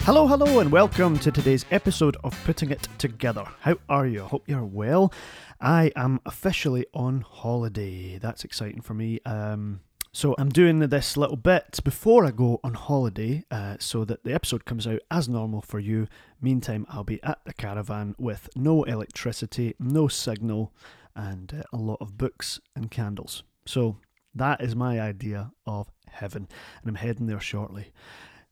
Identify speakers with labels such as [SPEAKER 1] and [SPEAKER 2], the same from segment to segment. [SPEAKER 1] Hello, hello, and welcome to today's episode of Putting It Together. How are you? I hope you're well. I am officially on holiday. That's exciting for me. Um, so I'm doing this little bit before I go on holiday uh, so that the episode comes out as normal for you. Meantime, I'll be at the caravan with no electricity, no signal, and uh, a lot of books and candles. So that is my idea of heaven, and I'm heading there shortly.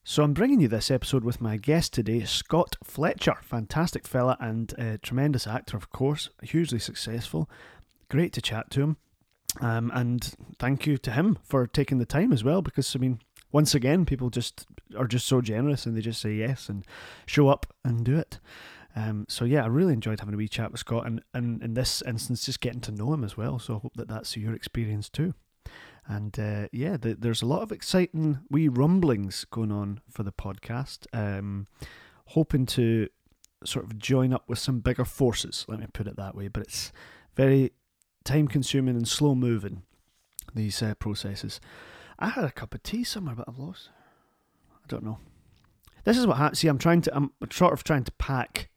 [SPEAKER 1] So I'm bringing you this episode with my guest today, Scott Fletcher, fantastic fella and uh, tremendous actor, of course, hugely successful. Great to chat to him, um, and thank you to him for taking the time as well. Because I mean, once again, people just are just so generous and they just say yes and show up and do it. Um, so yeah, I really enjoyed having a wee chat with Scott, and, and in this instance, just getting to know him as well. So I hope that that's your experience too. And uh, yeah, th there's a lot of exciting wee rumblings going on for the podcast. Um, hoping to sort of join up with some bigger forces, let me put it that way. But it's very time consuming and slow moving, these uh, processes. I had a cup of tea somewhere, but I've lost. I don't know. This is what happens. See, I'm trying to, I'm sort of trying to pack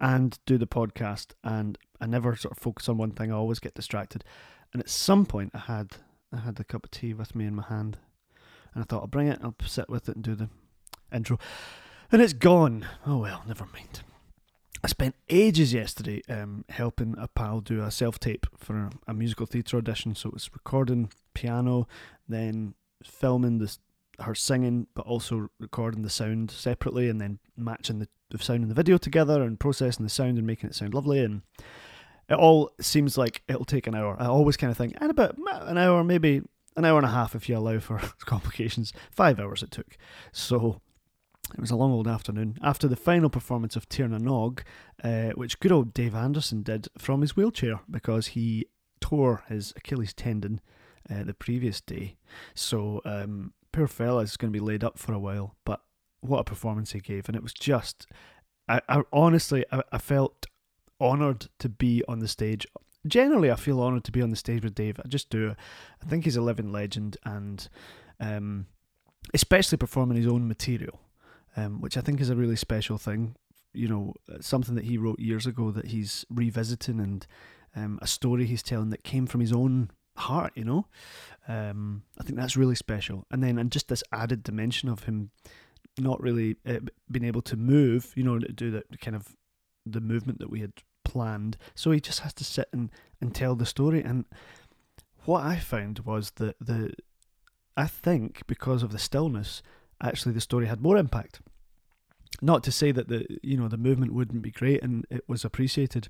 [SPEAKER 1] and do the podcast, and I never sort of focus on one thing. I always get distracted. And at some point, I had I had a cup of tea with me in my hand, and I thought I'll bring it. I'll sit with it and do the intro, and it's gone. Oh well, never mind. I spent ages yesterday um, helping a pal do a self tape for a, a musical theatre audition. So it was recording piano, then filming this her singing, but also recording the sound separately, and then matching the, the sound and the video together, and processing the sound and making it sound lovely. And it all seems like it'll take an hour. I always kind of think, and about ma- an hour, maybe an hour and a half if you allow for complications. Five hours it took. So it was a long old afternoon. After the final performance of Tierna Nog, uh, which good old Dave Anderson did from his wheelchair because he tore his Achilles tendon uh, the previous day. So um, poor fella is going to be laid up for a while, but what a performance he gave. And it was just, I, I honestly, I, I felt honored to be on the stage. Generally, I feel honored to be on the stage with Dave. I just do. I think he's a living legend, and um, especially performing his own material, um, which I think is a really special thing. You know, uh, something that he wrote years ago that he's revisiting, and um, a story he's telling that came from his own heart. You know, um, I think that's really special. And then, and just this added dimension of him not really uh, being able to move. You know, do that kind of the movement that we had planned. So he just has to sit and, and tell the story. And what I found was that the I think because of the stillness, actually the story had more impact. Not to say that the you know the movement wouldn't be great and it was appreciated,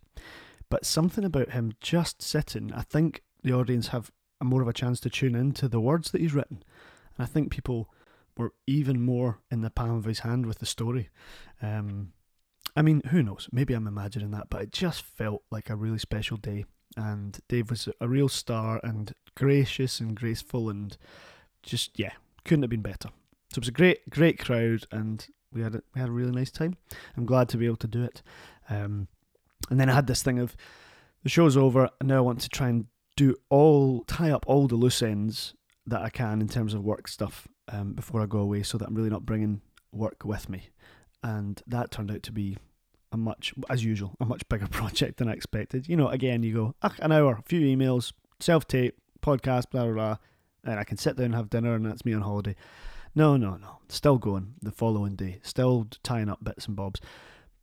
[SPEAKER 1] but something about him just sitting. I think the audience have a more of a chance to tune in to the words that he's written, and I think people were even more in the palm of his hand with the story. Um, I mean, who knows? Maybe I'm imagining that, but it just felt like a really special day. And Dave was a real star and gracious and graceful and just, yeah, couldn't have been better. So it was a great, great crowd and we had a, we had a really nice time. I'm glad to be able to do it. Um, and then I had this thing of the show's over and now I want to try and do all, tie up all the loose ends that I can in terms of work stuff um, before I go away so that I'm really not bringing work with me and that turned out to be a much, as usual, a much bigger project than I expected. You know, again, you go "Ugh, an hour, a few emails, self tape, podcast, blah blah blah, and I can sit down and have dinner, and that's me on holiday. No, no, no, still going the following day, still tying up bits and bobs,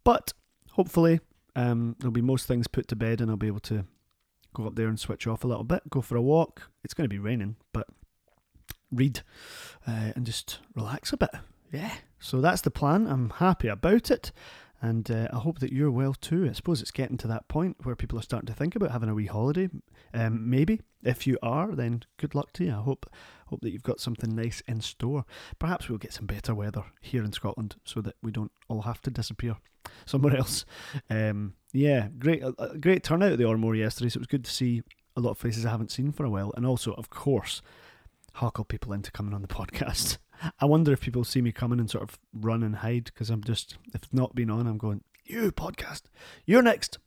[SPEAKER 1] but hopefully um, there'll be most things put to bed, and I'll be able to go up there and switch off a little bit, go for a walk. It's going to be raining, but read uh, and just relax a bit. Yeah. So that's the plan. I'm happy about it. And uh, I hope that you're well too. I suppose it's getting to that point where people are starting to think about having a wee holiday. Um, maybe if you are, then good luck to you. I hope hope that you've got something nice in store. Perhaps we'll get some better weather here in Scotland, so that we don't all have to disappear somewhere else. Um, yeah, great a- a great turnout at the Ormore yesterday. So it was good to see a lot of faces I haven't seen for a while, and also of course huckle people into coming on the podcast. I wonder if people see me coming and sort of run and hide because I'm just, if it's not been on, I'm going, you podcast, you're next.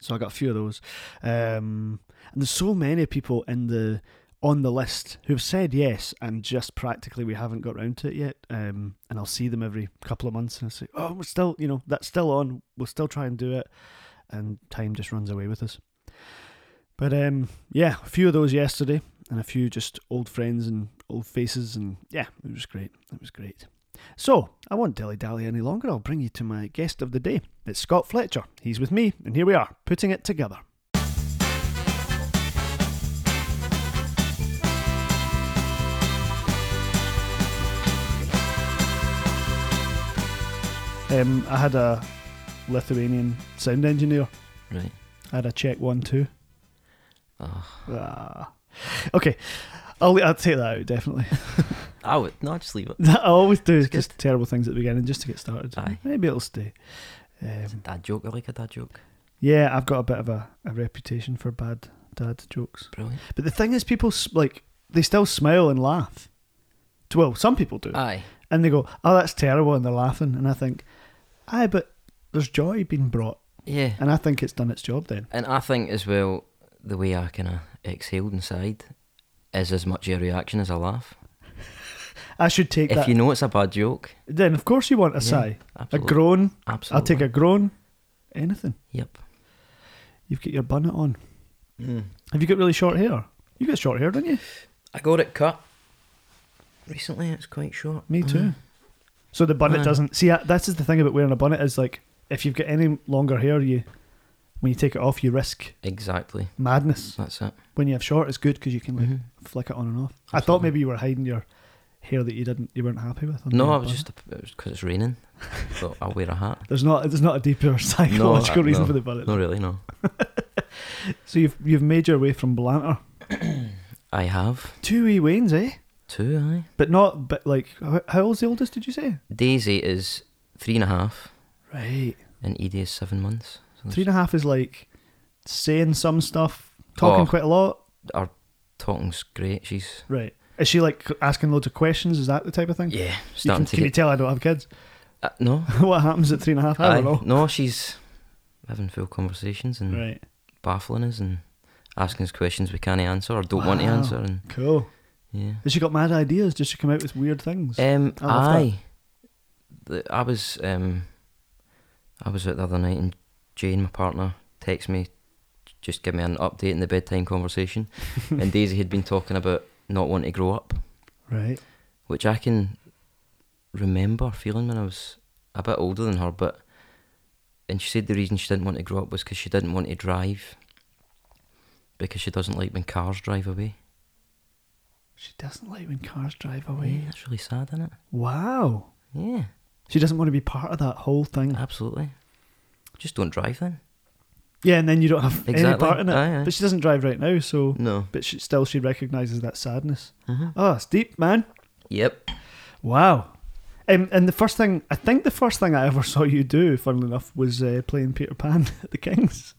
[SPEAKER 1] So I got a few of those. Um, and there's so many people in the on the list who've said yes, and just practically we haven't got round to it yet. Um, and I'll see them every couple of months, and I say, "Oh, we're still, you know, that's still on. We'll still try and do it." And time just runs away with us. But um, yeah, a few of those yesterday, and a few just old friends and old faces, and yeah, it was great. It was great. So I won't dilly dally any longer. I'll bring you to my guest of the day. It's Scott Fletcher. He's with me, and here we are, putting it together. Um, I had a Lithuanian sound engineer.
[SPEAKER 2] Right.
[SPEAKER 1] I had a Czech one too.
[SPEAKER 2] Ugh.
[SPEAKER 1] Ah. Okay, I'll, I'll take that out definitely.
[SPEAKER 2] I would no, just leave it.
[SPEAKER 1] I always do
[SPEAKER 2] good.
[SPEAKER 1] just terrible things at the beginning just to get started.
[SPEAKER 2] Aye.
[SPEAKER 1] Maybe it'll stay.
[SPEAKER 2] It's a
[SPEAKER 1] Um,
[SPEAKER 2] dad joke. I like a dad joke.
[SPEAKER 1] yeah, I've got a bit of a, a reputation for bad dad jokes.
[SPEAKER 2] Brilliant.
[SPEAKER 1] But the thing is, people s- like they still smile and laugh. Well, some people do,
[SPEAKER 2] Aye.
[SPEAKER 1] and they go, "Oh, that's terrible," and they're laughing. And I think, "Aye, but there's joy being brought,"
[SPEAKER 2] Yeah.
[SPEAKER 1] and I think it's done its job. Then,
[SPEAKER 2] And I think as well, the way I kind of exhaled inside is as much a reaction as a laugh.
[SPEAKER 1] I should take
[SPEAKER 2] if
[SPEAKER 1] that.
[SPEAKER 2] you know it's a bad joke,
[SPEAKER 1] then, of course, you want a
[SPEAKER 2] Yeah,
[SPEAKER 1] sigh, a
[SPEAKER 2] absolutely.
[SPEAKER 1] groan. I'll
[SPEAKER 2] absolutely.
[SPEAKER 1] take a groan. Anything.
[SPEAKER 2] Yep.
[SPEAKER 1] You've got your bonnet on.
[SPEAKER 2] Mm.
[SPEAKER 1] Have you got really short hair? You got short hair, don't you?
[SPEAKER 2] I got it cut recently. It's quite short.
[SPEAKER 1] Me too. So the bonnet
[SPEAKER 2] Mm. Man.
[SPEAKER 1] doesn't. See, I- this is the thing about wearing a bonnet is like if you've got any longer hair, you when you take it off, you risk
[SPEAKER 2] Exactly.
[SPEAKER 1] madness.
[SPEAKER 2] That's it.
[SPEAKER 1] When you have short, it's good because you can like
[SPEAKER 2] Mhm.
[SPEAKER 1] flick it on and off. I thought
[SPEAKER 2] Absolutely.
[SPEAKER 1] maybe you were hiding your hair that you didn't, you weren't happy with. under
[SPEAKER 2] No,
[SPEAKER 1] your
[SPEAKER 2] I was
[SPEAKER 1] bonnet.
[SPEAKER 2] just because it's raining. so I'll wear a hat.
[SPEAKER 1] There's not. There's not a deeper psychological
[SPEAKER 2] uh,
[SPEAKER 1] reason
[SPEAKER 2] no,
[SPEAKER 1] for the bonnet.
[SPEAKER 2] No, really, no.
[SPEAKER 1] So you've you've made your way from Blantyre
[SPEAKER 2] I have
[SPEAKER 1] two wee Waynes, eh?
[SPEAKER 2] two. Aye.
[SPEAKER 1] But not. But like, how, how old's the oldest? Did you say?
[SPEAKER 2] Daisy is three and a half,
[SPEAKER 1] Right.
[SPEAKER 2] and Edie is E seven months. So
[SPEAKER 1] Three and a half is like saying some stuff, talking
[SPEAKER 2] Oh.
[SPEAKER 1] quite a lot.
[SPEAKER 2] our talking's great. She's
[SPEAKER 1] Right. Is she like asking loads of questions? Is that the type of thing?
[SPEAKER 2] yeah,
[SPEAKER 1] You can,
[SPEAKER 2] starting
[SPEAKER 1] can
[SPEAKER 2] to
[SPEAKER 1] you
[SPEAKER 2] get
[SPEAKER 1] tell I don't have kids?
[SPEAKER 2] uh, no.
[SPEAKER 1] what happens at three and a half? I don't
[SPEAKER 2] Aye. Mm.
[SPEAKER 1] know.
[SPEAKER 2] No, she's having full conversations and
[SPEAKER 1] Right.
[SPEAKER 2] baffling us and asking us questions we can't answer or don't want to
[SPEAKER 1] Wow.
[SPEAKER 2] answer. And
[SPEAKER 1] Cool.
[SPEAKER 2] yeah,
[SPEAKER 1] Has she got mad ideas? Does she come out with weird things?
[SPEAKER 2] um,
[SPEAKER 1] I love that.
[SPEAKER 2] aye. The, I was um, I was out the other night and Jane, my partner, texted me, just give me an update in the bedtime conversation, and Daisy had been talking about not wanting to grow up.
[SPEAKER 1] right.
[SPEAKER 2] which I can remember feeling when I was a bit older than her. But and she said the reason she didn't want to grow up was because she didn't want to drive because she doesn't like when cars drive away.
[SPEAKER 1] She doesn't like when cars drive
[SPEAKER 2] Yeah,
[SPEAKER 1] away.
[SPEAKER 2] that's really sad, isn't it?
[SPEAKER 1] Wow.
[SPEAKER 2] Yeah,
[SPEAKER 1] She doesn't want to be part of that whole thing.
[SPEAKER 2] absolutely. Just don't drive then.
[SPEAKER 1] Yeah, and then you don't have any
[SPEAKER 2] Exactly.
[SPEAKER 1] part in it.
[SPEAKER 2] Aye, Mm. aye.
[SPEAKER 1] But she doesn't drive right now, so.
[SPEAKER 2] No.
[SPEAKER 1] But she, still, she recognises that sadness.
[SPEAKER 2] Mm-hmm.
[SPEAKER 1] Oh, it's deep, man.
[SPEAKER 2] Yep.
[SPEAKER 1] Wow. Um, and the first thing, I think the first thing I ever saw you do, funnily enough, was uh, playing Peter Pan at the King's.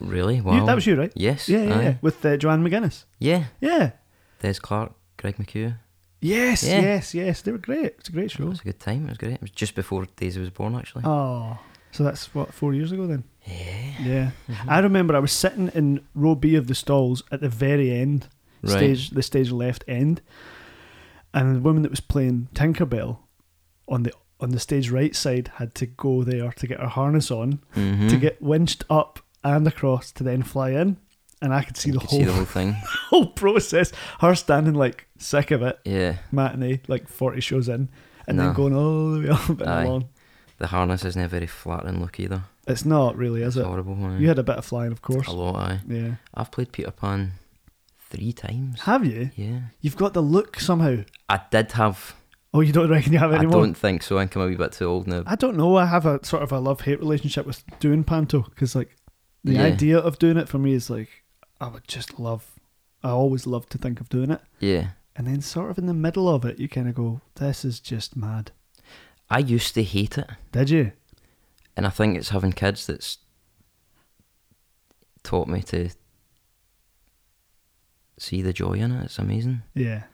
[SPEAKER 2] Really?
[SPEAKER 1] You-
[SPEAKER 2] Wow.
[SPEAKER 1] that was you, right?
[SPEAKER 2] Yes.
[SPEAKER 1] Yeah, yeah,
[SPEAKER 2] aye.
[SPEAKER 1] yeah. With uh, Joanne McGuinness.
[SPEAKER 2] Yeah.
[SPEAKER 1] Yeah.
[SPEAKER 2] Des Clark, Greg McHugh.
[SPEAKER 1] Yes,
[SPEAKER 2] Yeah.
[SPEAKER 1] yes, yes. They were great. It's a great
[SPEAKER 2] It
[SPEAKER 1] show.
[SPEAKER 2] was a good time. It was great. It was just before Daisy was born, actually.
[SPEAKER 1] Oh. So that's what, four years ago then?
[SPEAKER 2] Yeah.
[SPEAKER 1] Yeah.
[SPEAKER 2] Mm-hmm.
[SPEAKER 1] I remember I was sitting in row B of the stalls at the very end,
[SPEAKER 2] Right.
[SPEAKER 1] stage the stage left end, and the woman that was playing Tinkerbell on the on the stage right side had to go there to get her harness on
[SPEAKER 2] Mhm.
[SPEAKER 1] to get winched up and across to then fly in. And I could see,
[SPEAKER 2] You
[SPEAKER 1] the
[SPEAKER 2] could
[SPEAKER 1] whole,
[SPEAKER 2] see the whole thing.
[SPEAKER 1] whole process. Her standing like sick of it,
[SPEAKER 2] Yeah.
[SPEAKER 1] matinee, like 40 shows in, and
[SPEAKER 2] No.
[SPEAKER 1] then going all the way up and
[SPEAKER 2] Aye.
[SPEAKER 1] along.
[SPEAKER 2] The harness isn't a very flattering look either.
[SPEAKER 1] It's not really, is
[SPEAKER 2] It's
[SPEAKER 1] it?
[SPEAKER 2] horrible. Man.
[SPEAKER 1] You had a bit of flying, of course.
[SPEAKER 2] a lot. Aye.
[SPEAKER 1] Yeah.
[SPEAKER 2] I've played Peter Pan three times.
[SPEAKER 1] Have you?
[SPEAKER 2] Yeah,
[SPEAKER 1] You've got the look somehow.
[SPEAKER 2] I did have.
[SPEAKER 1] Oh, you don't reckon you have it
[SPEAKER 2] I
[SPEAKER 1] anymore?
[SPEAKER 2] don't think so. I think I'm a wee bit too old now.
[SPEAKER 1] I don't know. I have a sort of a love hate relationship with doing panto because, like, the
[SPEAKER 2] Yeah.
[SPEAKER 1] idea of doing it for me is like, I would just love, I always love to think of doing it.
[SPEAKER 2] Yeah,
[SPEAKER 1] And then, sort of in the middle of it, you kind of go, this is just mad.
[SPEAKER 2] I used to hate it,
[SPEAKER 1] Did you?
[SPEAKER 2] and I think it's having kids that's taught me to see the joy in it. It's amazing.
[SPEAKER 1] Yeah.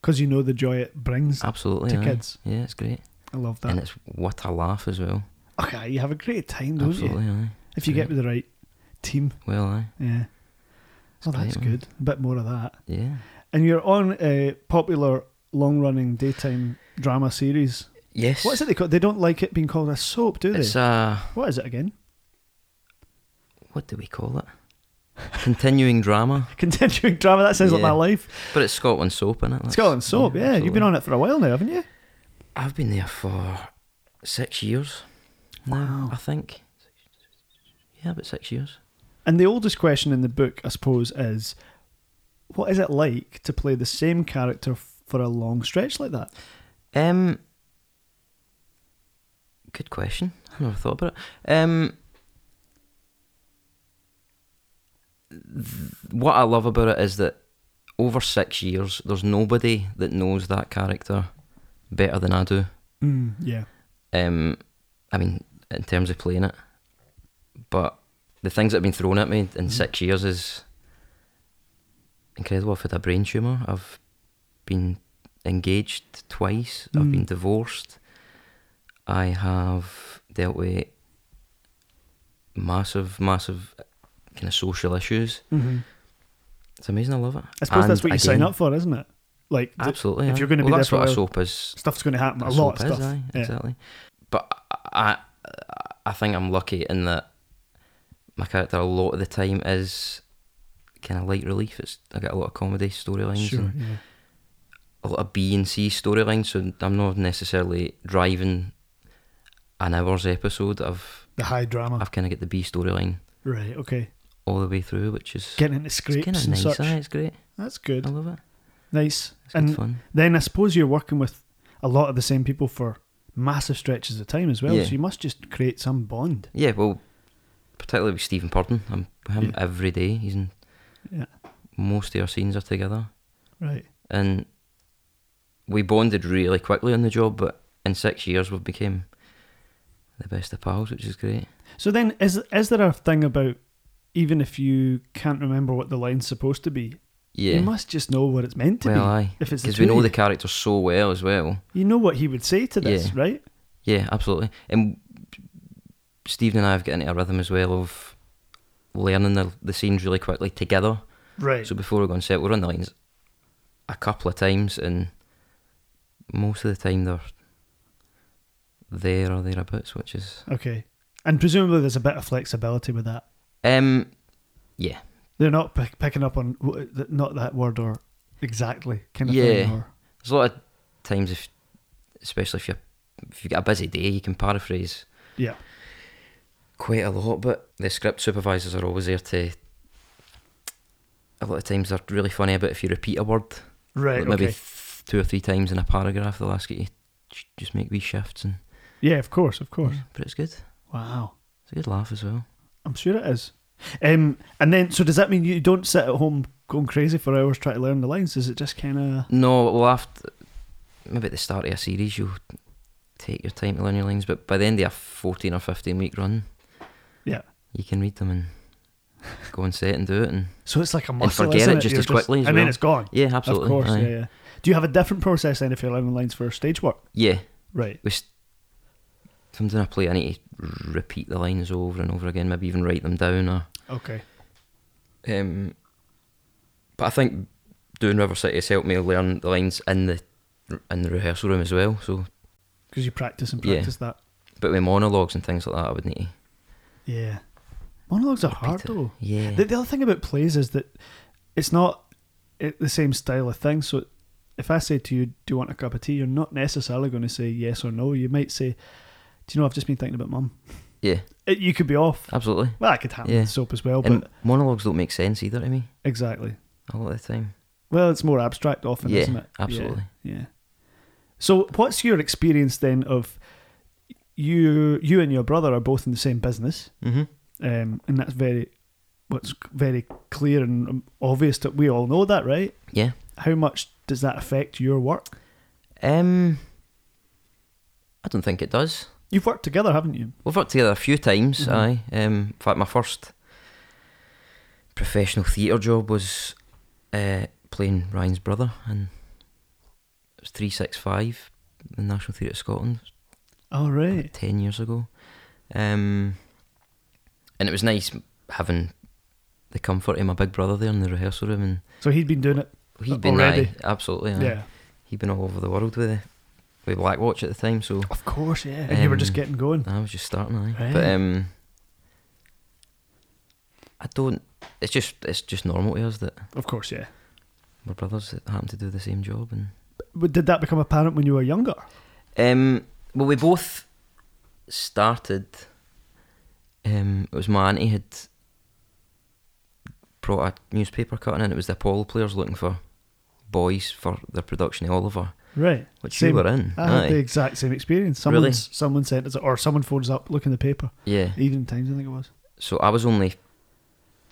[SPEAKER 1] Because you know the joy it brings
[SPEAKER 2] Absolutely.
[SPEAKER 1] to
[SPEAKER 2] aye.
[SPEAKER 1] kids.
[SPEAKER 2] Yeah, it's great,
[SPEAKER 1] I love that.
[SPEAKER 2] and it's what a laugh as well.
[SPEAKER 1] okay, you have a great time, don't you?
[SPEAKER 2] Absolutely. Aye.
[SPEAKER 1] If you get with the right team.
[SPEAKER 2] Well, aye.
[SPEAKER 1] Yeah. Oh,
[SPEAKER 2] great,
[SPEAKER 1] that's
[SPEAKER 2] man.
[SPEAKER 1] good. A bit more of that.
[SPEAKER 2] Yeah.
[SPEAKER 1] And you're on a popular long running daytime drama series.
[SPEAKER 2] Yes.
[SPEAKER 1] What is it they call They don't like it being called a soap, do they?
[SPEAKER 2] It's a
[SPEAKER 1] what is it again?
[SPEAKER 2] what do we call it? Continuing drama,
[SPEAKER 1] Continuing drama. That sounds like
[SPEAKER 2] Yeah.
[SPEAKER 1] my life.
[SPEAKER 2] but it's Scotland soap, isn't it? That's-
[SPEAKER 1] Scotland soap, yeah. You've been
[SPEAKER 2] absolutely.
[SPEAKER 1] on it for a while now, haven't you?
[SPEAKER 2] I've been there for six years. Now,
[SPEAKER 1] Wow.
[SPEAKER 2] I think. Yeah, about six years.
[SPEAKER 1] And the oldest question in the book, I suppose, is what is it like to play the same character for a long stretch like that?
[SPEAKER 2] Um, good question. I never thought about it. Um, th- what I love about it is that over six years, there's nobody that knows that character better than I do.
[SPEAKER 1] Mm, yeah.
[SPEAKER 2] Um, I mean, in terms of playing it, but the things that have been thrown at me in
[SPEAKER 1] Mm-hmm.
[SPEAKER 2] six years is incredible. I've had a brain tumor. I've been engaged twice. I've been
[SPEAKER 1] Mm.
[SPEAKER 2] divorced. I have dealt with massive, massive kind of social issues.
[SPEAKER 1] hmm
[SPEAKER 2] It's amazing. I love it.
[SPEAKER 1] I suppose that's
[SPEAKER 2] Mm-hmm. And
[SPEAKER 1] what you sign
[SPEAKER 2] again-
[SPEAKER 1] up for, isn't it? Like, th-
[SPEAKER 2] Absolutely.
[SPEAKER 1] if
[SPEAKER 2] aye.
[SPEAKER 1] you're gonna
[SPEAKER 2] well,
[SPEAKER 1] be there
[SPEAKER 2] that's
[SPEAKER 1] for a
[SPEAKER 2] what a
[SPEAKER 1] while,
[SPEAKER 2] soap is
[SPEAKER 1] stuff's going to happen. A
[SPEAKER 2] That's
[SPEAKER 1] lot of
[SPEAKER 2] what it is,
[SPEAKER 1] stuff.
[SPEAKER 2] aye,
[SPEAKER 1] Yeah.
[SPEAKER 2] Exactly. But I, I, I think I'm lucky in that my character a lot of the time is kind of light relief. It's I get a lot of comedy storylines,
[SPEAKER 1] Sure.
[SPEAKER 2] and
[SPEAKER 1] Yeah.
[SPEAKER 2] a lot of B and C storylines. So I'm not necessarily driving an hour's episode. I've
[SPEAKER 1] The high drama.
[SPEAKER 2] I've kind of get the B storyline
[SPEAKER 1] Right. Okay.
[SPEAKER 2] all the way through, which is
[SPEAKER 1] Getting into
[SPEAKER 2] it's
[SPEAKER 1] scrapes
[SPEAKER 2] kind of
[SPEAKER 1] and
[SPEAKER 2] nice.
[SPEAKER 1] such.
[SPEAKER 2] aye, it's great.
[SPEAKER 1] That's good.
[SPEAKER 2] I love it.
[SPEAKER 1] Nice.
[SPEAKER 2] It's good
[SPEAKER 1] And
[SPEAKER 2] fun.
[SPEAKER 1] then I suppose you're working with a lot of the same people for massive stretches of time as well.
[SPEAKER 2] Yeah.
[SPEAKER 1] So you must just create some bond.
[SPEAKER 2] Yeah, well, particularly with Stephen Purden. I'm with him
[SPEAKER 1] Yeah.
[SPEAKER 2] every day. He's in
[SPEAKER 1] Yeah.
[SPEAKER 2] most of our scenes are together.
[SPEAKER 1] Right.
[SPEAKER 2] and we bonded really quickly on the job. But in six years, we've became the best of pals, which is great.
[SPEAKER 1] So then, is is there a thing about even if you can't remember what the line's supposed to be,
[SPEAKER 2] Yeah.
[SPEAKER 1] you must just know what it's meant to
[SPEAKER 2] well,
[SPEAKER 1] be.
[SPEAKER 2] aye,
[SPEAKER 1] If it's
[SPEAKER 2] because we know
[SPEAKER 1] two
[SPEAKER 2] the
[SPEAKER 1] of
[SPEAKER 2] character so well as well.
[SPEAKER 1] you. you know what he would say to this,
[SPEAKER 2] Yeah.
[SPEAKER 1] right?
[SPEAKER 2] Yeah, absolutely. And Stephen and I have got into a rhythm as well of learning the, the scenes really quickly together.
[SPEAKER 1] Right.
[SPEAKER 2] So before we go on set, we're on the lines a couple of times, and most of the time they're there or thereabouts, which is
[SPEAKER 1] okay. And presumably, there's a bit of flexibility with that.
[SPEAKER 2] um, yeah.
[SPEAKER 1] They're not pick, picking up on w- th- not that word or exactly kind of thing.
[SPEAKER 2] Yeah.
[SPEAKER 1] Or,
[SPEAKER 2] There's a lot of times, if especially if you if you get a busy day, you can paraphrase
[SPEAKER 1] yeah.
[SPEAKER 2] quite a lot. But the script supervisors are always there to. A lot of times they're really funny about if you repeat a word,
[SPEAKER 1] Right.
[SPEAKER 2] like
[SPEAKER 1] Okay.
[SPEAKER 2] maybe th- two or three times in a paragraph, they'll ask you to j- just make wee shifts, and
[SPEAKER 1] yeah. Of course. Of course.
[SPEAKER 2] yeah, but it's good.
[SPEAKER 1] Wow.
[SPEAKER 2] It's a good laugh as well.
[SPEAKER 1] I'm sure it is. Um, and then, so does that mean you don't sit at home going crazy for hours trying to learn the lines? Is it just kind of
[SPEAKER 2] No, well after maybe at the start of a series you'll take your time to learn your lines, but by the end of a fourteen or fifteen week run,
[SPEAKER 1] Yeah.
[SPEAKER 2] you can read them and go on set and do it. And
[SPEAKER 1] so it's like a muscle?
[SPEAKER 2] forget
[SPEAKER 1] isn't
[SPEAKER 2] it just
[SPEAKER 1] You're
[SPEAKER 2] as quickly as
[SPEAKER 1] and then
[SPEAKER 2] well.
[SPEAKER 1] it's gone.
[SPEAKER 2] yeah, absolutely.
[SPEAKER 1] Of course,
[SPEAKER 2] aye.
[SPEAKER 1] yeah, yeah. Do you have a different process then if you're learning lines for stage work?
[SPEAKER 2] yeah.
[SPEAKER 1] Right.
[SPEAKER 2] We s- something I play, I need to repeat the lines over and over again. Maybe even write them down. Or
[SPEAKER 1] Okay.
[SPEAKER 2] um, but I think doing River City has helped me learn the lines in the in the rehearsal room as well. So,
[SPEAKER 1] Because you practice and
[SPEAKER 2] Yeah.
[SPEAKER 1] practice that.
[SPEAKER 2] but with monologues and things like that, I would need to.
[SPEAKER 1] Yeah. Monologues are hard
[SPEAKER 2] it.
[SPEAKER 1] though.
[SPEAKER 2] Yeah.
[SPEAKER 1] The, the other thing about plays is that it's not i- the same style of thing. So if I say to you, "Do you want a cup of tea?" You're not necessarily going to say yes or no. You might say, "Do you know I've just been thinking about mum?"
[SPEAKER 2] yeah.
[SPEAKER 1] It, you could be off.
[SPEAKER 2] Absolutely.
[SPEAKER 1] Well, that could happen
[SPEAKER 2] Yeah.
[SPEAKER 1] in soap as well, but
[SPEAKER 2] And Oh, monologues don't make sense either to me
[SPEAKER 1] exactly.
[SPEAKER 2] a lot of the time.
[SPEAKER 1] Well, it's more abstract often,
[SPEAKER 2] Yeah,
[SPEAKER 1] isn't it?
[SPEAKER 2] absolutely.
[SPEAKER 1] Yeah, yeah. So, what's your experience then of you? You and your brother are both in the same business,
[SPEAKER 2] Mm-hmm.
[SPEAKER 1] um, and that's very what's very clear and um, obvious that we all know that, right?
[SPEAKER 2] Yeah.
[SPEAKER 1] How much does that affect your work?
[SPEAKER 2] Um, I don't think it does.
[SPEAKER 1] You've worked together, haven't you?
[SPEAKER 2] We've worked together a few times.
[SPEAKER 1] Mhm.
[SPEAKER 2] Aye. Um, in fact, my first professional theatre job was uh, playing Ryan's brother, and it was three six five, the National Theatre of Scotland,
[SPEAKER 1] All right.
[SPEAKER 2] ten years ago. Um, and it was nice having the comfort of my big brother there in the rehearsal room, and
[SPEAKER 1] So he'd been doing it
[SPEAKER 2] he'd been
[SPEAKER 1] Already.
[SPEAKER 2] aye, absolutely.
[SPEAKER 1] Yeah.
[SPEAKER 2] aye. He'd been all over the world with it, with Blackwatch at the time. So
[SPEAKER 1] Of course, yeah. And you were just
[SPEAKER 2] Um,
[SPEAKER 1] getting going.
[SPEAKER 2] I was just starting, aye. But
[SPEAKER 1] Right.
[SPEAKER 2] um, I don't. It's just it's just normal to us that
[SPEAKER 1] Of course, yeah.
[SPEAKER 2] we're brothers that happen to do the same job and.
[SPEAKER 1] But did that become apparent when you were younger?
[SPEAKER 2] Um, well, we both started. Um, it was my auntie had brought a newspaper cutting, and it was the Apollo players looking for boys for their production of Oliver,
[SPEAKER 1] Right.
[SPEAKER 2] which
[SPEAKER 1] Same. Ah,
[SPEAKER 2] we were in.
[SPEAKER 1] I had the
[SPEAKER 2] aye.
[SPEAKER 1] exact same experience.
[SPEAKER 2] Really?
[SPEAKER 1] Someone, someone sent us, or someone phones up, look in the paper.
[SPEAKER 2] Yeah.
[SPEAKER 1] Evening Times, I think it was.
[SPEAKER 2] So I was only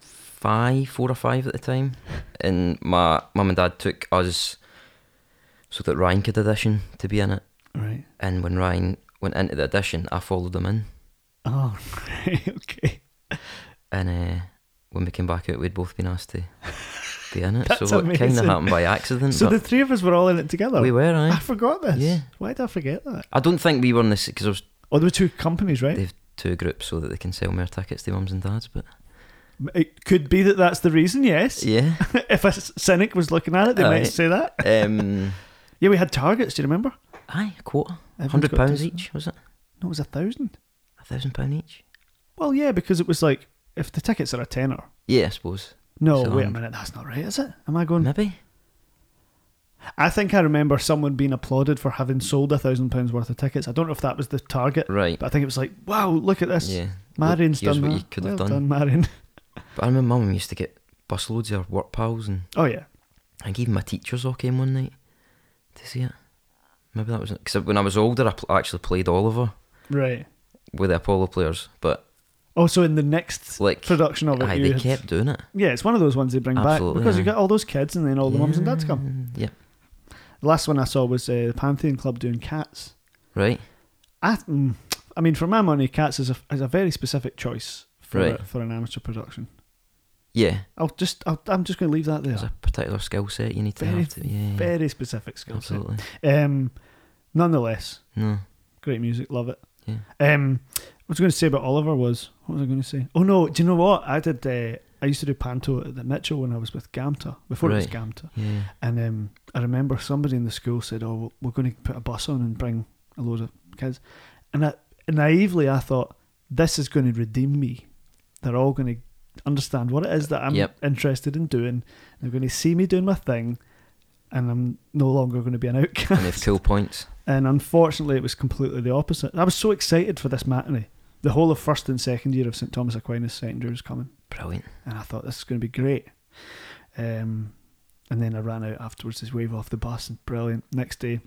[SPEAKER 2] five, four or five at the time, and my mum and dad took us so that Ryan could audition to be in it.
[SPEAKER 1] Right.
[SPEAKER 2] And when Ryan went into the audition, I followed him in.
[SPEAKER 1] Oh, right. Okay.
[SPEAKER 2] And uh, when we came back out, we'd both been asked to be in it.
[SPEAKER 1] That's
[SPEAKER 2] so it kind
[SPEAKER 1] amazing.
[SPEAKER 2] of happened by accident.
[SPEAKER 1] So the
[SPEAKER 2] but
[SPEAKER 1] three of us were all in it together.
[SPEAKER 2] we were,
[SPEAKER 1] I
[SPEAKER 2] aye.
[SPEAKER 1] forgot this.
[SPEAKER 2] Yeah.
[SPEAKER 1] Why did I forget that?
[SPEAKER 2] I don't think we were in this because there was
[SPEAKER 1] Oh, there were two companies, right?
[SPEAKER 2] they've two groups so that they can sell more tickets to mums and dads. But
[SPEAKER 1] It could be that that's the reason, yes.
[SPEAKER 2] yeah,
[SPEAKER 1] if a s- cynic was looking at it, they might
[SPEAKER 2] Aye.
[SPEAKER 1] say that.
[SPEAKER 2] um,
[SPEAKER 1] Yeah, we had targets, do you remember?
[SPEAKER 2] aye, a quarter,
[SPEAKER 1] Everyone's
[SPEAKER 2] hundred
[SPEAKER 1] got
[SPEAKER 2] pounds
[SPEAKER 1] this-
[SPEAKER 2] each was it?
[SPEAKER 1] No, it was a thousand.
[SPEAKER 2] A thousand pound each?
[SPEAKER 1] Well, yeah, because it was like, if the tickets are a tenner.
[SPEAKER 2] Yeah, I suppose.
[SPEAKER 1] No,
[SPEAKER 2] So,
[SPEAKER 1] wait a
[SPEAKER 2] um,
[SPEAKER 1] minute, that's not right, is it? Am I going?
[SPEAKER 2] Maybe.
[SPEAKER 1] I think I remember someone being applauded for having sold a thousand pounds worth of tickets. I don't know if that was the target,
[SPEAKER 2] Right.
[SPEAKER 1] but I think it was like, wow, look at this.
[SPEAKER 2] yeah.
[SPEAKER 1] Marion's
[SPEAKER 2] Here's
[SPEAKER 1] done
[SPEAKER 2] what
[SPEAKER 1] that.
[SPEAKER 2] you could
[SPEAKER 1] well
[SPEAKER 2] have
[SPEAKER 1] done.
[SPEAKER 2] done.
[SPEAKER 1] Marion.
[SPEAKER 2] But I remember mum used to get busloads of her work pals, and
[SPEAKER 1] Oh yeah,
[SPEAKER 2] I think even my teachers all came one night to see it. Maybe that was it. Because when I was older, I pl- actually played Oliver
[SPEAKER 1] right.
[SPEAKER 2] with the Apollo players, but
[SPEAKER 1] Also, in the next
[SPEAKER 2] like,
[SPEAKER 1] production of it,
[SPEAKER 2] aye,
[SPEAKER 1] you
[SPEAKER 2] they
[SPEAKER 1] had-
[SPEAKER 2] kept doing it.
[SPEAKER 1] Yeah, it's one of those ones they bring back
[SPEAKER 2] Absolutely,
[SPEAKER 1] because you
[SPEAKER 2] aye.
[SPEAKER 1] got all those kids, and then all the mums and dads come.
[SPEAKER 2] Yeah.
[SPEAKER 1] The last one I saw was uh, the Pantheon Club doing Cats.
[SPEAKER 2] Right.
[SPEAKER 1] I, mm, I mean, for my money, Cats is a is a very specific choice for
[SPEAKER 2] Right.
[SPEAKER 1] for an amateur production.
[SPEAKER 2] Yeah.
[SPEAKER 1] I'll just I'll, I'm just going to leave that there.
[SPEAKER 2] There's a particular skill set you need to
[SPEAKER 1] Very-
[SPEAKER 2] have to. Yeah. yeah.
[SPEAKER 1] Very specific skill set.
[SPEAKER 2] Absolutely.
[SPEAKER 1] Um, nonetheless,
[SPEAKER 2] No.
[SPEAKER 1] great music, love it.
[SPEAKER 2] Yeah.
[SPEAKER 1] Um, what I was going to say about Oliver was what was I going to say? Oh no, do you know what I did? Uh, I used to do panto at the Mitchell when I was with Gamta before it was
[SPEAKER 2] Right.
[SPEAKER 1] Gamta,
[SPEAKER 2] Yeah.
[SPEAKER 1] and um, I remember somebody in the school said, "Oh, we're- we're going to put a bus on and bring a load of kids," and I, naively I thought this is going to redeem me. They're all going to understand what it is that I'm
[SPEAKER 2] Yep.
[SPEAKER 1] interested in doing. They're going to see me doing my thing, and I'm no longer going to be an outcast.
[SPEAKER 2] And they have cool points.
[SPEAKER 1] And unfortunately, it was completely the opposite. I was so excited for this matinee. The whole of first and second year of St Thomas Aquinas Secondary was coming,
[SPEAKER 2] Brilliant.
[SPEAKER 1] and I thought this is going to be great. Um, and then I ran out afterwards to wave off the bus, and brilliant. Next day,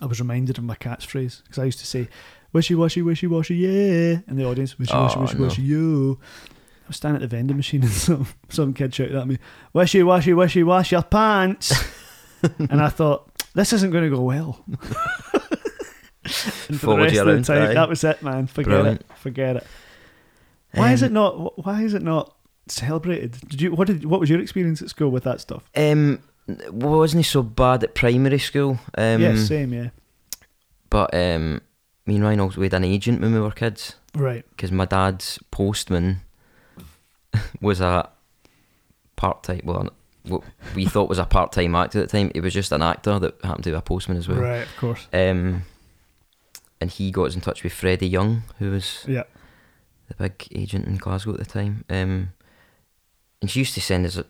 [SPEAKER 1] I was reminded of my catchphrase because I used to say, "Wishy washy, wishy washy, yeah," and the audience, "Wishy washy,
[SPEAKER 2] Oh,
[SPEAKER 1] wishy
[SPEAKER 2] no.
[SPEAKER 1] washy, yo." I was standing at the vending machine, and some some kid shouted at me, "Wishy washy, wishy wash your pants," and I thought, "This isn't going to go well." And for the
[SPEAKER 2] Followed
[SPEAKER 1] rest
[SPEAKER 2] you
[SPEAKER 1] of the
[SPEAKER 2] around,
[SPEAKER 1] time,
[SPEAKER 2] aye.
[SPEAKER 1] that was it, man. Forget
[SPEAKER 2] Brilliant.
[SPEAKER 1] it. Forget it. Why is
[SPEAKER 2] Um,
[SPEAKER 1] it not? Why is it not celebrated? Did you? What did? What was your experience at school with that stuff?
[SPEAKER 2] Um, wasn't he so bad at primary school? Um,
[SPEAKER 1] yeah, same. Yeah.
[SPEAKER 2] But um, me and Ryan always we had an agent when we were kids
[SPEAKER 1] Right.
[SPEAKER 2] because my dad's postman was a part time. Well, what we thought was a part time actor at the time. He was just an actor that happened to be a postman as well.
[SPEAKER 1] Right. Of course.
[SPEAKER 2] Um, and he got us in touch with Freddie Young, who was
[SPEAKER 1] Yeah.
[SPEAKER 2] the big agent in Glasgow at the time. Um, and she used to send us a,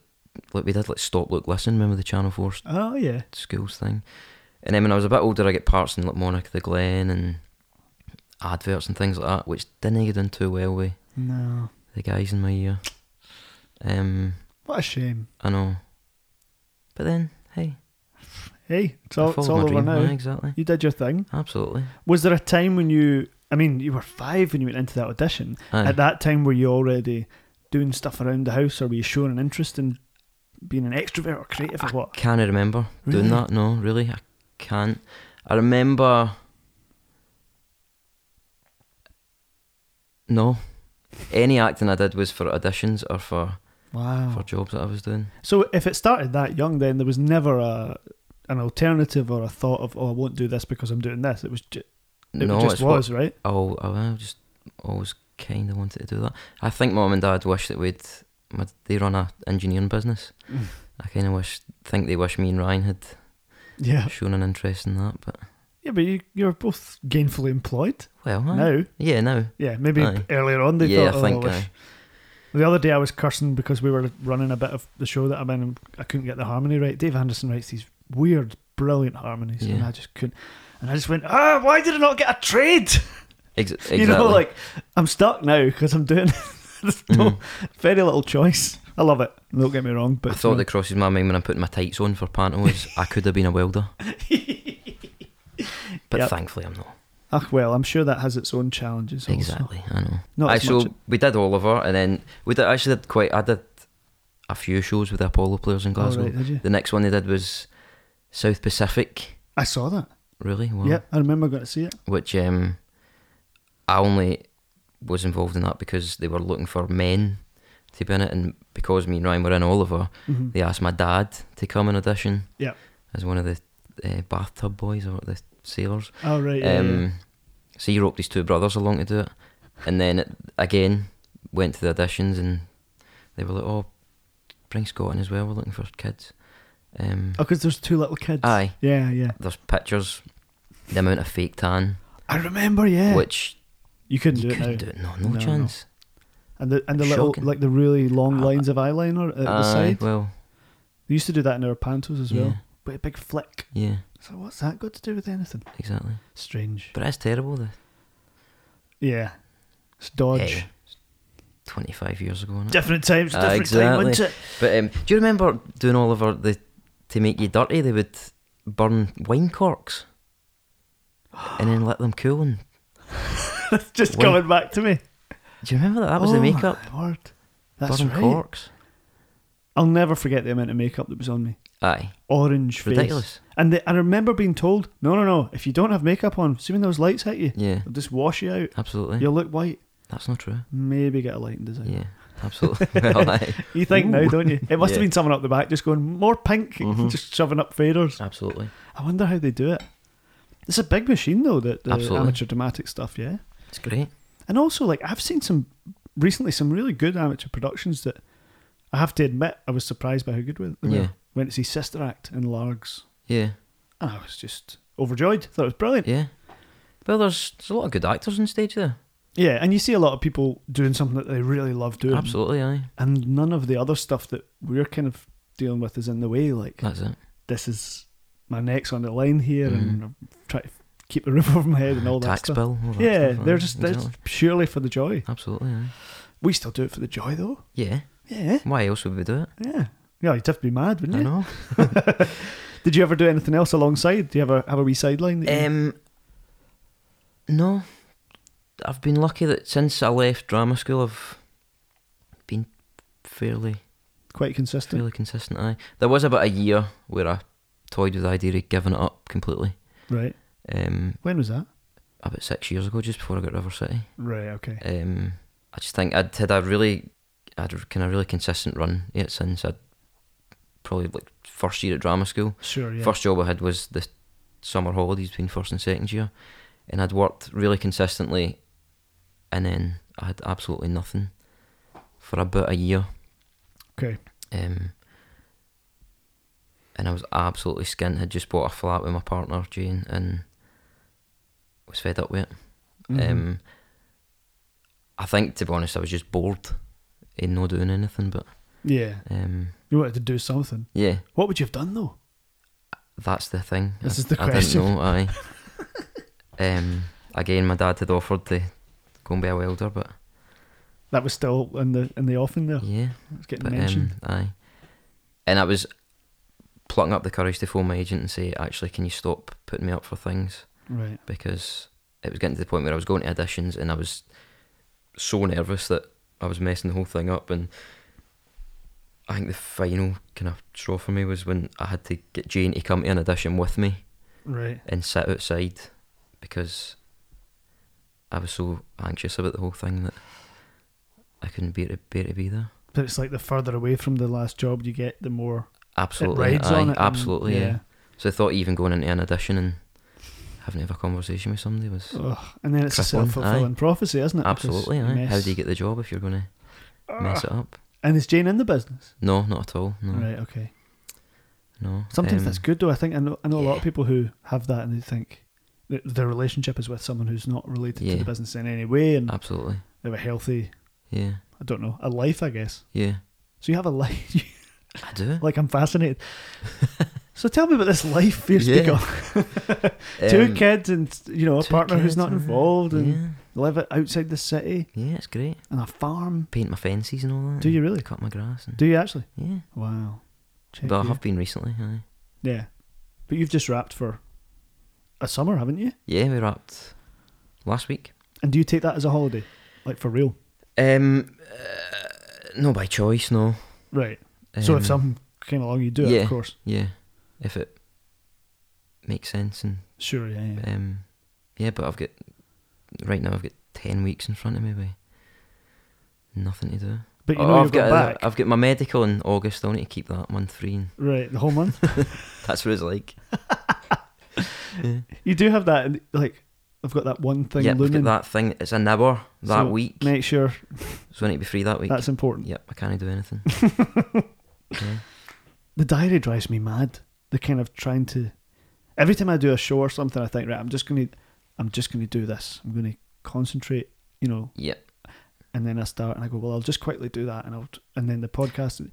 [SPEAKER 2] like we did like stop, look, listen. Remember the Channel Four
[SPEAKER 1] Oh yeah.
[SPEAKER 2] schools thing. And then when I was a bit older, I get parts in like Monarch of the Glen and adverts and things like that, which didn't get done too well with
[SPEAKER 1] No.
[SPEAKER 2] the guys in my year. Um,
[SPEAKER 1] What a shame.
[SPEAKER 2] I know. But then, hey,
[SPEAKER 1] Hey, it's
[SPEAKER 2] I
[SPEAKER 1] all, it's
[SPEAKER 2] followed
[SPEAKER 1] all over
[SPEAKER 2] my dream. Aye,
[SPEAKER 1] now.
[SPEAKER 2] exactly.
[SPEAKER 1] You did your thing.
[SPEAKER 2] Absolutely.
[SPEAKER 1] Was there a time when you? I mean, you were five when you went into that audition.
[SPEAKER 2] Aye.
[SPEAKER 1] At that time, were you already doing stuff around the house, or were you showing an interest in being an extrovert or creative or what?
[SPEAKER 2] Can't remember doing
[SPEAKER 1] Really?
[SPEAKER 2] that. No, really, I can't. I remember. No, any acting I did was for auditions or for,
[SPEAKER 1] Wow.
[SPEAKER 2] for jobs that I was doing.
[SPEAKER 1] So if it started that young, then there was never a an alternative or a thought of oh I won't do this because I'm doing this. It was ju- it
[SPEAKER 2] no,
[SPEAKER 1] just
[SPEAKER 2] it's what
[SPEAKER 1] was right.
[SPEAKER 2] Oh, oh, I just always kind of wanted to do that. I think mum and dad wish that we'd. my- They run a engineering business, I kind of wish, think they wish me and Ryan had
[SPEAKER 1] Yeah.
[SPEAKER 2] shown an interest in that, but
[SPEAKER 1] Yeah, but you, you're both gainfully employed
[SPEAKER 2] well, aye.
[SPEAKER 1] now.
[SPEAKER 2] yeah, no,
[SPEAKER 1] Yeah, maybe
[SPEAKER 2] Aye.
[SPEAKER 1] earlier on they
[SPEAKER 2] yeah,
[SPEAKER 1] thought, oh,
[SPEAKER 2] I think
[SPEAKER 1] wish-
[SPEAKER 2] aye.
[SPEAKER 1] The other day I was cursing because we were running a bit of the show that I'm in and I couldn't get the harmony right. Dave Anderson writes these weird, brilliant harmonies and
[SPEAKER 2] Yeah.
[SPEAKER 1] I just couldn't. And I just went, ah, why did I not get a trade?
[SPEAKER 2] Ex- exactly.
[SPEAKER 1] You know, like, I'm stuck now because I'm doing there's no,
[SPEAKER 2] Mhm.
[SPEAKER 1] very little choice. I love it. Don't get me wrong. But
[SPEAKER 2] I thought
[SPEAKER 1] no.
[SPEAKER 2] that crosses my mind when I'm putting my tights on for pantos. I could have been a welder, but
[SPEAKER 1] Yep.
[SPEAKER 2] thankfully I'm not.
[SPEAKER 1] Ah, well, I'm sure that has its own challenges also.
[SPEAKER 2] Exactly, I know.
[SPEAKER 1] Not
[SPEAKER 2] Aye,
[SPEAKER 1] as much-
[SPEAKER 2] so we did Oliver, and then we did, actually did quite. I did a few shows with the Apollo players in
[SPEAKER 1] Oh,
[SPEAKER 2] Glasgow.
[SPEAKER 1] right, did you?
[SPEAKER 2] The next one they did was South Pacific.
[SPEAKER 1] I saw that.
[SPEAKER 2] Really? Wow.
[SPEAKER 1] Yeah, I remember going to see it.
[SPEAKER 2] Which um, I only was involved in that because they were looking for men to be in it, and because me and Ryan were in Oliver,
[SPEAKER 1] Mhm.
[SPEAKER 2] they asked my dad to come and audition.
[SPEAKER 1] Yeah.
[SPEAKER 2] As one of the uh, bathtub boys or the sailors.
[SPEAKER 1] Oh, right. Yeah,
[SPEAKER 2] um,
[SPEAKER 1] yeah.
[SPEAKER 2] So he roped his two brothers along to do it, and then it, again went to the auditions, and they were like, "Oh, bring Scott in as well. We're looking for kids." Um,
[SPEAKER 1] Oh, because there's two little kids.
[SPEAKER 2] Aye,
[SPEAKER 1] Yeah, yeah.
[SPEAKER 2] there's pictures. The amount of fake tan,
[SPEAKER 1] I remember, yeah.
[SPEAKER 2] which
[SPEAKER 1] you couldn't
[SPEAKER 2] you
[SPEAKER 1] do it now.
[SPEAKER 2] couldn't do it. No,
[SPEAKER 1] No,
[SPEAKER 2] no,
[SPEAKER 1] no.
[SPEAKER 2] chance.
[SPEAKER 1] And the and the little
[SPEAKER 2] Shocking.
[SPEAKER 1] like the really long
[SPEAKER 2] Uh,
[SPEAKER 1] lines of eyeliner at the
[SPEAKER 2] Aye,
[SPEAKER 1] side.
[SPEAKER 2] well,
[SPEAKER 1] They used to do that in our pantos as well.
[SPEAKER 2] Yeah.
[SPEAKER 1] But a big flick.
[SPEAKER 2] yeah,
[SPEAKER 1] So what's that got to do with anything?
[SPEAKER 2] exactly.
[SPEAKER 1] Strange.
[SPEAKER 2] But it's terrible. The
[SPEAKER 1] yeah. It's dodge.
[SPEAKER 2] Hey, twenty-five years ago. innit?
[SPEAKER 1] Different times,
[SPEAKER 2] Ah,
[SPEAKER 1] different time,
[SPEAKER 2] exactly.
[SPEAKER 1] wasn't it?
[SPEAKER 2] But um, do you remember doing Oliver the to make you dirty? They would burn wine corks and then let them cool. And
[SPEAKER 1] It's just
[SPEAKER 2] When-
[SPEAKER 1] coming back to me.
[SPEAKER 2] do you remember that? That was
[SPEAKER 1] Oh
[SPEAKER 2] the
[SPEAKER 1] my
[SPEAKER 2] makeup.
[SPEAKER 1] word. That's
[SPEAKER 2] burning
[SPEAKER 1] right.
[SPEAKER 2] corks.
[SPEAKER 1] I'll never forget the amount of makeup that was on me.
[SPEAKER 2] Aye,
[SPEAKER 1] Orange
[SPEAKER 2] it's
[SPEAKER 1] face.
[SPEAKER 2] ridiculous.
[SPEAKER 1] And the, I remember being told, no, no, no, if you don't have makeup on, see when those lights hit you,
[SPEAKER 2] Yeah,
[SPEAKER 1] they'll just wash you out.
[SPEAKER 2] absolutely.
[SPEAKER 1] You'll look white.
[SPEAKER 2] That's not true.
[SPEAKER 1] Maybe get a lighting design.
[SPEAKER 2] Yeah, absolutely. well, aye,
[SPEAKER 1] You think now,
[SPEAKER 2] Ooh.
[SPEAKER 1] don't you? It must have
[SPEAKER 2] Yeah.
[SPEAKER 1] been someone up the back just going more pink,
[SPEAKER 2] Mhm.
[SPEAKER 1] just shoving up faders.
[SPEAKER 2] absolutely.
[SPEAKER 1] I wonder how they do it. It's a big machine though, that the
[SPEAKER 2] Absolutely.
[SPEAKER 1] amateur dramatic stuff, yeah.
[SPEAKER 2] It's great.
[SPEAKER 1] And also, like I've seen some recently, some really good amateur productions that I have to admit I was surprised by how good they were.
[SPEAKER 2] Yeah.
[SPEAKER 1] Went to see Sister Act in Largs,
[SPEAKER 2] Yeah,
[SPEAKER 1] and I was just overjoyed. Thought it was brilliant.
[SPEAKER 2] yeah. Well, there's, there's a lot of good actors on stage there.
[SPEAKER 1] Yeah, and you see a lot of people doing something that they really love doing,
[SPEAKER 2] Absolutely, aye.
[SPEAKER 1] and none of the other stuff that we're kind of dealing with is in the way. Like
[SPEAKER 2] That's it.
[SPEAKER 1] this is my neck's on the line here and I'm trying to keep the roof over my head and all that
[SPEAKER 2] Mm. Tax
[SPEAKER 1] stuff.
[SPEAKER 2] bill. all that
[SPEAKER 1] yeah,
[SPEAKER 2] stuff,
[SPEAKER 1] they're
[SPEAKER 2] aye,
[SPEAKER 1] just that's
[SPEAKER 2] exactly.
[SPEAKER 1] purely for the joy.
[SPEAKER 2] absolutely. Aye.
[SPEAKER 1] We still do it for the joy though.
[SPEAKER 2] Yeah.
[SPEAKER 1] Yeah,
[SPEAKER 2] Why else would we do it?
[SPEAKER 1] yeah. Yeah, you'd have to be mad,
[SPEAKER 2] I
[SPEAKER 1] wouldn't you?
[SPEAKER 2] know.
[SPEAKER 1] Did you ever do anything else alongside? Do you ever have a wee sideline? that you-
[SPEAKER 2] Um, no, I've been lucky that since I left drama school, I've been fairly
[SPEAKER 1] Quite consistent.
[SPEAKER 2] fairly consistent. Aye, there was about a year where I toyed with the idea of giving it up completely.
[SPEAKER 1] Right.
[SPEAKER 2] Um,
[SPEAKER 1] When was that?
[SPEAKER 2] about six years ago, just before I got to River City.
[SPEAKER 1] Right, okay.
[SPEAKER 2] Um, I just think I'd had a really, I'd kind of really consistent run yeah, since I'd probably like first year at drama school.
[SPEAKER 1] Sure, yeah.
[SPEAKER 2] First job I had was the summer holidays between first and second year, and I'd worked really consistently, and then I had absolutely nothing for about a year.
[SPEAKER 1] Okay.
[SPEAKER 2] Um, and I was absolutely skint. Had just bought a flat with my partner Jane, and was fed up with it.
[SPEAKER 1] Mhm.
[SPEAKER 2] Um, I think to be honest, I was just bored in not doing anything. But
[SPEAKER 1] yeah.
[SPEAKER 2] um,
[SPEAKER 1] You wanted to do something.
[SPEAKER 2] yeah,
[SPEAKER 1] What would you have done though?
[SPEAKER 2] That's the thing.
[SPEAKER 1] This
[SPEAKER 2] I,
[SPEAKER 1] is the
[SPEAKER 2] I
[SPEAKER 1] question.
[SPEAKER 2] didn't know. Aye. um. Again, my dad had offered to go and be a welder, but
[SPEAKER 1] That was still in the in the offing there.
[SPEAKER 2] yeah,
[SPEAKER 1] It's getting
[SPEAKER 2] but
[SPEAKER 1] mentioned.
[SPEAKER 2] um, aye. And I was plucking up the courage to phone my agent and say, actually, can you stop putting me up for things
[SPEAKER 1] right.
[SPEAKER 2] because it was getting to the point where I was going to auditions and I was so nervous that I was messing the whole thing up. And I think the final kind of straw for me was when I had to get Jane to come to an audition with me.
[SPEAKER 1] Right.
[SPEAKER 2] and sat outside because I was so anxious about the whole thing that I couldn't bear to, bear to be there.
[SPEAKER 1] But it's like the further away from the last job you get, the more
[SPEAKER 2] Absolutely,
[SPEAKER 1] it rides
[SPEAKER 2] aye,
[SPEAKER 1] on it. and-
[SPEAKER 2] absolutely, yeah. So I thought even going into an audition and having to have a conversation with somebody was
[SPEAKER 1] Ugh, And then it's a
[SPEAKER 2] Crap
[SPEAKER 1] self
[SPEAKER 2] on,
[SPEAKER 1] fulfilling prophecy, isn't it? Because
[SPEAKER 2] absolutely.
[SPEAKER 1] you
[SPEAKER 2] Aye. How
[SPEAKER 1] mess- Ah.
[SPEAKER 2] do you get the job if you're going to mess it up?
[SPEAKER 1] And is Jane in the business?
[SPEAKER 2] No, not at all. No.
[SPEAKER 1] Right, okay.
[SPEAKER 2] No.
[SPEAKER 1] Sometimes
[SPEAKER 2] um,
[SPEAKER 1] that's good though. I think I know, I know a lot of
[SPEAKER 2] yeah.
[SPEAKER 1] people who have that and they think that their relationship is with someone who's not related to
[SPEAKER 2] Yeah.
[SPEAKER 1] the business in any way and
[SPEAKER 2] Absolutely.
[SPEAKER 1] they have a healthy,
[SPEAKER 2] Yeah.
[SPEAKER 1] I don't know, a life, I guess.
[SPEAKER 2] Yeah.
[SPEAKER 1] So you have a life,
[SPEAKER 2] I do.
[SPEAKER 1] like I'm fascinated. so tell me about this life for your
[SPEAKER 2] Yeah.
[SPEAKER 1] speaker. two
[SPEAKER 2] Um,
[SPEAKER 1] kids and, you know, a
[SPEAKER 2] two
[SPEAKER 1] partner who's
[SPEAKER 2] kids,
[SPEAKER 1] not
[SPEAKER 2] uh,
[SPEAKER 1] involved and live it outside the city
[SPEAKER 2] Yeah. Yeah, it's great.
[SPEAKER 1] and a farm.
[SPEAKER 2] Paint my fences and all that.
[SPEAKER 1] Do you
[SPEAKER 2] I
[SPEAKER 1] really?
[SPEAKER 2] cut my grass. And,
[SPEAKER 1] Do you actually?
[SPEAKER 2] yeah.
[SPEAKER 1] Wow. Check
[SPEAKER 2] But I
[SPEAKER 1] you.
[SPEAKER 2] have been recently. Aye.
[SPEAKER 1] Yeah. But you've just rapped for a summer, haven't you?
[SPEAKER 2] Yeah, we wrapped last week.
[SPEAKER 1] And do you take that as a holiday? Like for real?
[SPEAKER 2] Um, uh, no, by choice, no.
[SPEAKER 1] Right. so if
[SPEAKER 2] Um,
[SPEAKER 1] something came along, you do it,
[SPEAKER 2] yeah.
[SPEAKER 1] of course.
[SPEAKER 2] yeah, if it makes sense and
[SPEAKER 1] Sure, yeah, yeah.
[SPEAKER 2] um, yeah, but I've got right now I've got ten weeks in front of me. with nothing to do.
[SPEAKER 1] But you
[SPEAKER 2] Oh,
[SPEAKER 1] know you're
[SPEAKER 2] I've got
[SPEAKER 1] going back.
[SPEAKER 2] I've got my medical in August. I need to keep that month free. And
[SPEAKER 1] right, the whole month.
[SPEAKER 2] that's what it's like. yeah,
[SPEAKER 1] you do have that, and, like, I've got that one thing
[SPEAKER 2] yeah I've
[SPEAKER 1] looming.
[SPEAKER 2] got that thing. It's a nibber that
[SPEAKER 1] So,
[SPEAKER 2] week,
[SPEAKER 1] Make sure
[SPEAKER 2] so I need to be free that week.
[SPEAKER 1] that's important.
[SPEAKER 2] Yep, I can't do anything. yeah.
[SPEAKER 1] The diary drives me mad. The kind of trying to. Every time I do a show or something, I think, right, I'm just going to. I'm just going to do this. I'm going to concentrate, you know,
[SPEAKER 2] Yep.
[SPEAKER 1] and then I start and I go, well, I'll just quickly do that, and I'll, and then the podcast,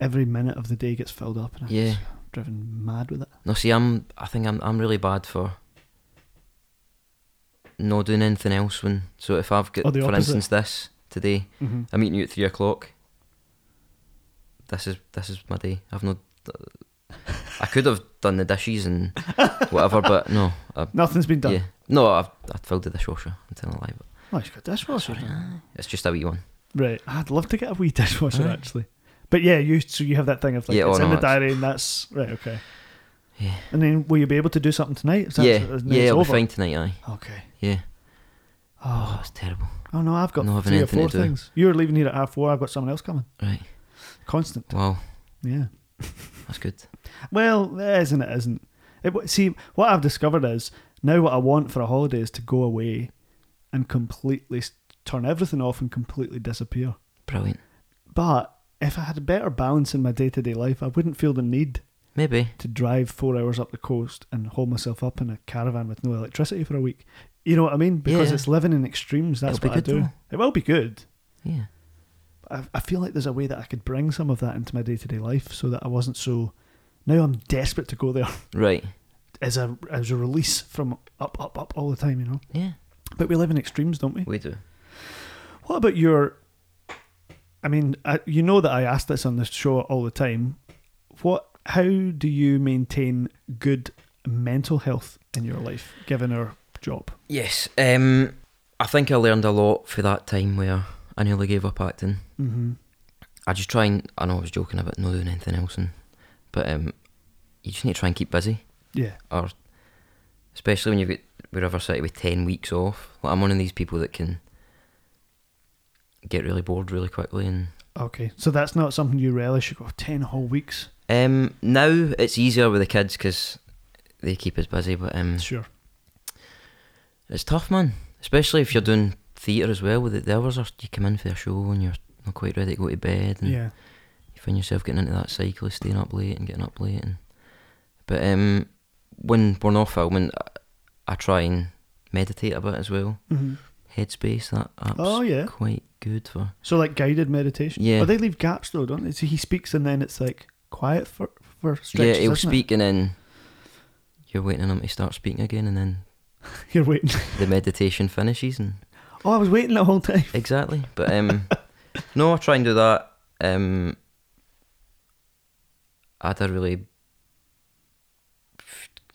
[SPEAKER 1] every minute of the day gets filled up, and I'm
[SPEAKER 2] Yeah.
[SPEAKER 1] just driven mad with it.
[SPEAKER 2] No, see, I'm. I think I'm. I'm really bad for not doing anything else. When so, if I've got,
[SPEAKER 1] Oh, the
[SPEAKER 2] for
[SPEAKER 1] opposite.
[SPEAKER 2] instance, this today,
[SPEAKER 1] Mm-hmm.
[SPEAKER 2] I'm meeting you at three o'clock. This is this is my day. I've not. I could have done the dishes and whatever, but no. I,
[SPEAKER 1] Nothing's been done.
[SPEAKER 2] yeah, no. I've I filled the dishwasher. I'm telling a lie, but
[SPEAKER 1] Oh, he's got dishwasher. done.
[SPEAKER 2] it's just a wee one.
[SPEAKER 1] Right. I'd love to get a wee dishwasher
[SPEAKER 2] Aye.
[SPEAKER 1] actually. But yeah, you so you have that thing of like
[SPEAKER 2] Yeah,
[SPEAKER 1] it's
[SPEAKER 2] oh,
[SPEAKER 1] in
[SPEAKER 2] no,
[SPEAKER 1] the
[SPEAKER 2] it's-
[SPEAKER 1] diary and that's right, okay.
[SPEAKER 2] Yeah.
[SPEAKER 1] And then will you be able to do something tonight? Is that-
[SPEAKER 2] yeah,
[SPEAKER 1] and then
[SPEAKER 2] yeah.
[SPEAKER 1] it's
[SPEAKER 2] I'll
[SPEAKER 1] over?
[SPEAKER 2] be fine tonight. Aye.
[SPEAKER 1] Okay.
[SPEAKER 2] Yeah. Oh,
[SPEAKER 1] Oh,
[SPEAKER 2] that's terrible.
[SPEAKER 1] oh no, I've got
[SPEAKER 2] Not having
[SPEAKER 1] three or
[SPEAKER 2] anything
[SPEAKER 1] four
[SPEAKER 2] to do.
[SPEAKER 1] things. You're leaving here at half four. I've got someone else coming.
[SPEAKER 2] Right.
[SPEAKER 1] Constant.
[SPEAKER 2] Wow.
[SPEAKER 1] Yeah.
[SPEAKER 2] That's good.
[SPEAKER 1] Well, it is and it isn't. It, w- see, what I've discovered is now what I want for a holiday is to go away and completely s- turn everything off and completely disappear.
[SPEAKER 2] Brilliant.
[SPEAKER 1] But if I had a better balance in my day to day life, I wouldn't feel the need
[SPEAKER 2] Maybe.
[SPEAKER 1] to drive four hours up the coast and haul myself up in a caravan with no electricity for a week. You know what I mean? Because
[SPEAKER 2] Yeah.
[SPEAKER 1] it's living in extremes. That's
[SPEAKER 2] It'll be
[SPEAKER 1] what I
[SPEAKER 2] good
[SPEAKER 1] do.
[SPEAKER 2] though.
[SPEAKER 1] It will be good.
[SPEAKER 2] Yeah.
[SPEAKER 1] but I, I feel like there's a way that I could bring some of that into my day to day life so that I wasn't so. Now I'm desperate to go there
[SPEAKER 2] Right.
[SPEAKER 1] as a as a release from up up up all the time, you know.
[SPEAKER 2] Yeah.
[SPEAKER 1] But we live in extremes, don't we?
[SPEAKER 2] We do.
[SPEAKER 1] What about your? I mean, I, you know that I ask this on this show all the time. What? How do you maintain good mental health in your life, given our job?
[SPEAKER 2] Yes. Um, I think I learned a lot for that time where I nearly gave up acting.
[SPEAKER 1] Mm-hmm.
[SPEAKER 2] I just try and I know I was joking about not doing anything else, and but um, you just need to try and keep busy,
[SPEAKER 1] Yeah.
[SPEAKER 2] or especially when you've got we're River City with ten weeks off. Like I'm one of these people that can get really bored really quickly, and
[SPEAKER 1] Okay. So that's not something you relish. You go ten whole weeks.
[SPEAKER 2] um, now it's easier with the kids because they keep us busy, but um,
[SPEAKER 1] Sure.
[SPEAKER 2] It's tough, man. Especially if you're doing theatre as well. With it, the hours are you come in for a show and you're not quite ready to go to bed, and
[SPEAKER 1] Yeah.
[SPEAKER 2] you find yourself getting into that cycle of staying up late and getting up late. And but um, when we're not filming, I- I try and meditate a bit as well.
[SPEAKER 1] Mm-hmm.
[SPEAKER 2] Headspace that app's
[SPEAKER 1] Oh yeah.
[SPEAKER 2] quite good for.
[SPEAKER 1] So like guided meditation.
[SPEAKER 2] Yeah.
[SPEAKER 1] Oh, they leave gaps though, don't they? So he speaks and then it's like quiet for for stretches.
[SPEAKER 2] yeah, he'll
[SPEAKER 1] isn't it?
[SPEAKER 2] speak and then you're waiting on him to start speaking again, and then
[SPEAKER 1] You're waiting.
[SPEAKER 2] the meditation finishes and.
[SPEAKER 1] Oh, I was waiting the whole time.
[SPEAKER 2] Exactly. But um no, I try and do that. Um I had a really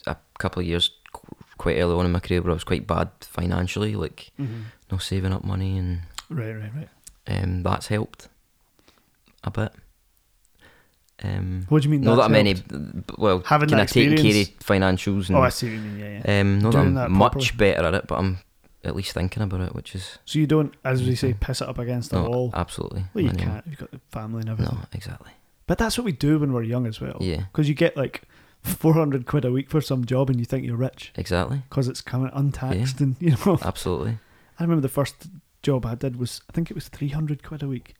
[SPEAKER 2] a couple of years qu- quite early on in my career where I was quite bad financially, like no saving up money and
[SPEAKER 1] Right, right, right.
[SPEAKER 2] um that's helped a bit. Um
[SPEAKER 1] What do you mean?
[SPEAKER 2] not that
[SPEAKER 1] that's
[SPEAKER 2] I'm any
[SPEAKER 1] helped?
[SPEAKER 2] well
[SPEAKER 1] Having
[SPEAKER 2] can
[SPEAKER 1] that
[SPEAKER 2] I take care
[SPEAKER 1] experience.
[SPEAKER 2] of financials and
[SPEAKER 1] Oh, I see what you mean. Yeah, yeah.
[SPEAKER 2] um not that
[SPEAKER 1] Doing
[SPEAKER 2] I'm
[SPEAKER 1] that properly.
[SPEAKER 2] much better at it, but I'm at least thinking about it, which is
[SPEAKER 1] So you don't, as we say, piss it up against the
[SPEAKER 2] no,
[SPEAKER 1] wall.
[SPEAKER 2] absolutely.
[SPEAKER 1] Well, you
[SPEAKER 2] manual.
[SPEAKER 1] can't. You've got the family and everything.
[SPEAKER 2] No, exactly.
[SPEAKER 1] But that's what we do when we're young as well.
[SPEAKER 2] Yeah.
[SPEAKER 1] Because you get like 400 quid a week for some job and you think you're rich
[SPEAKER 2] Exactly.
[SPEAKER 1] because it's coming untaxed and
[SPEAKER 2] Uh,
[SPEAKER 1] you know.
[SPEAKER 2] Absolutely.
[SPEAKER 1] I remember the first job I did was I think it was 300 quid a week,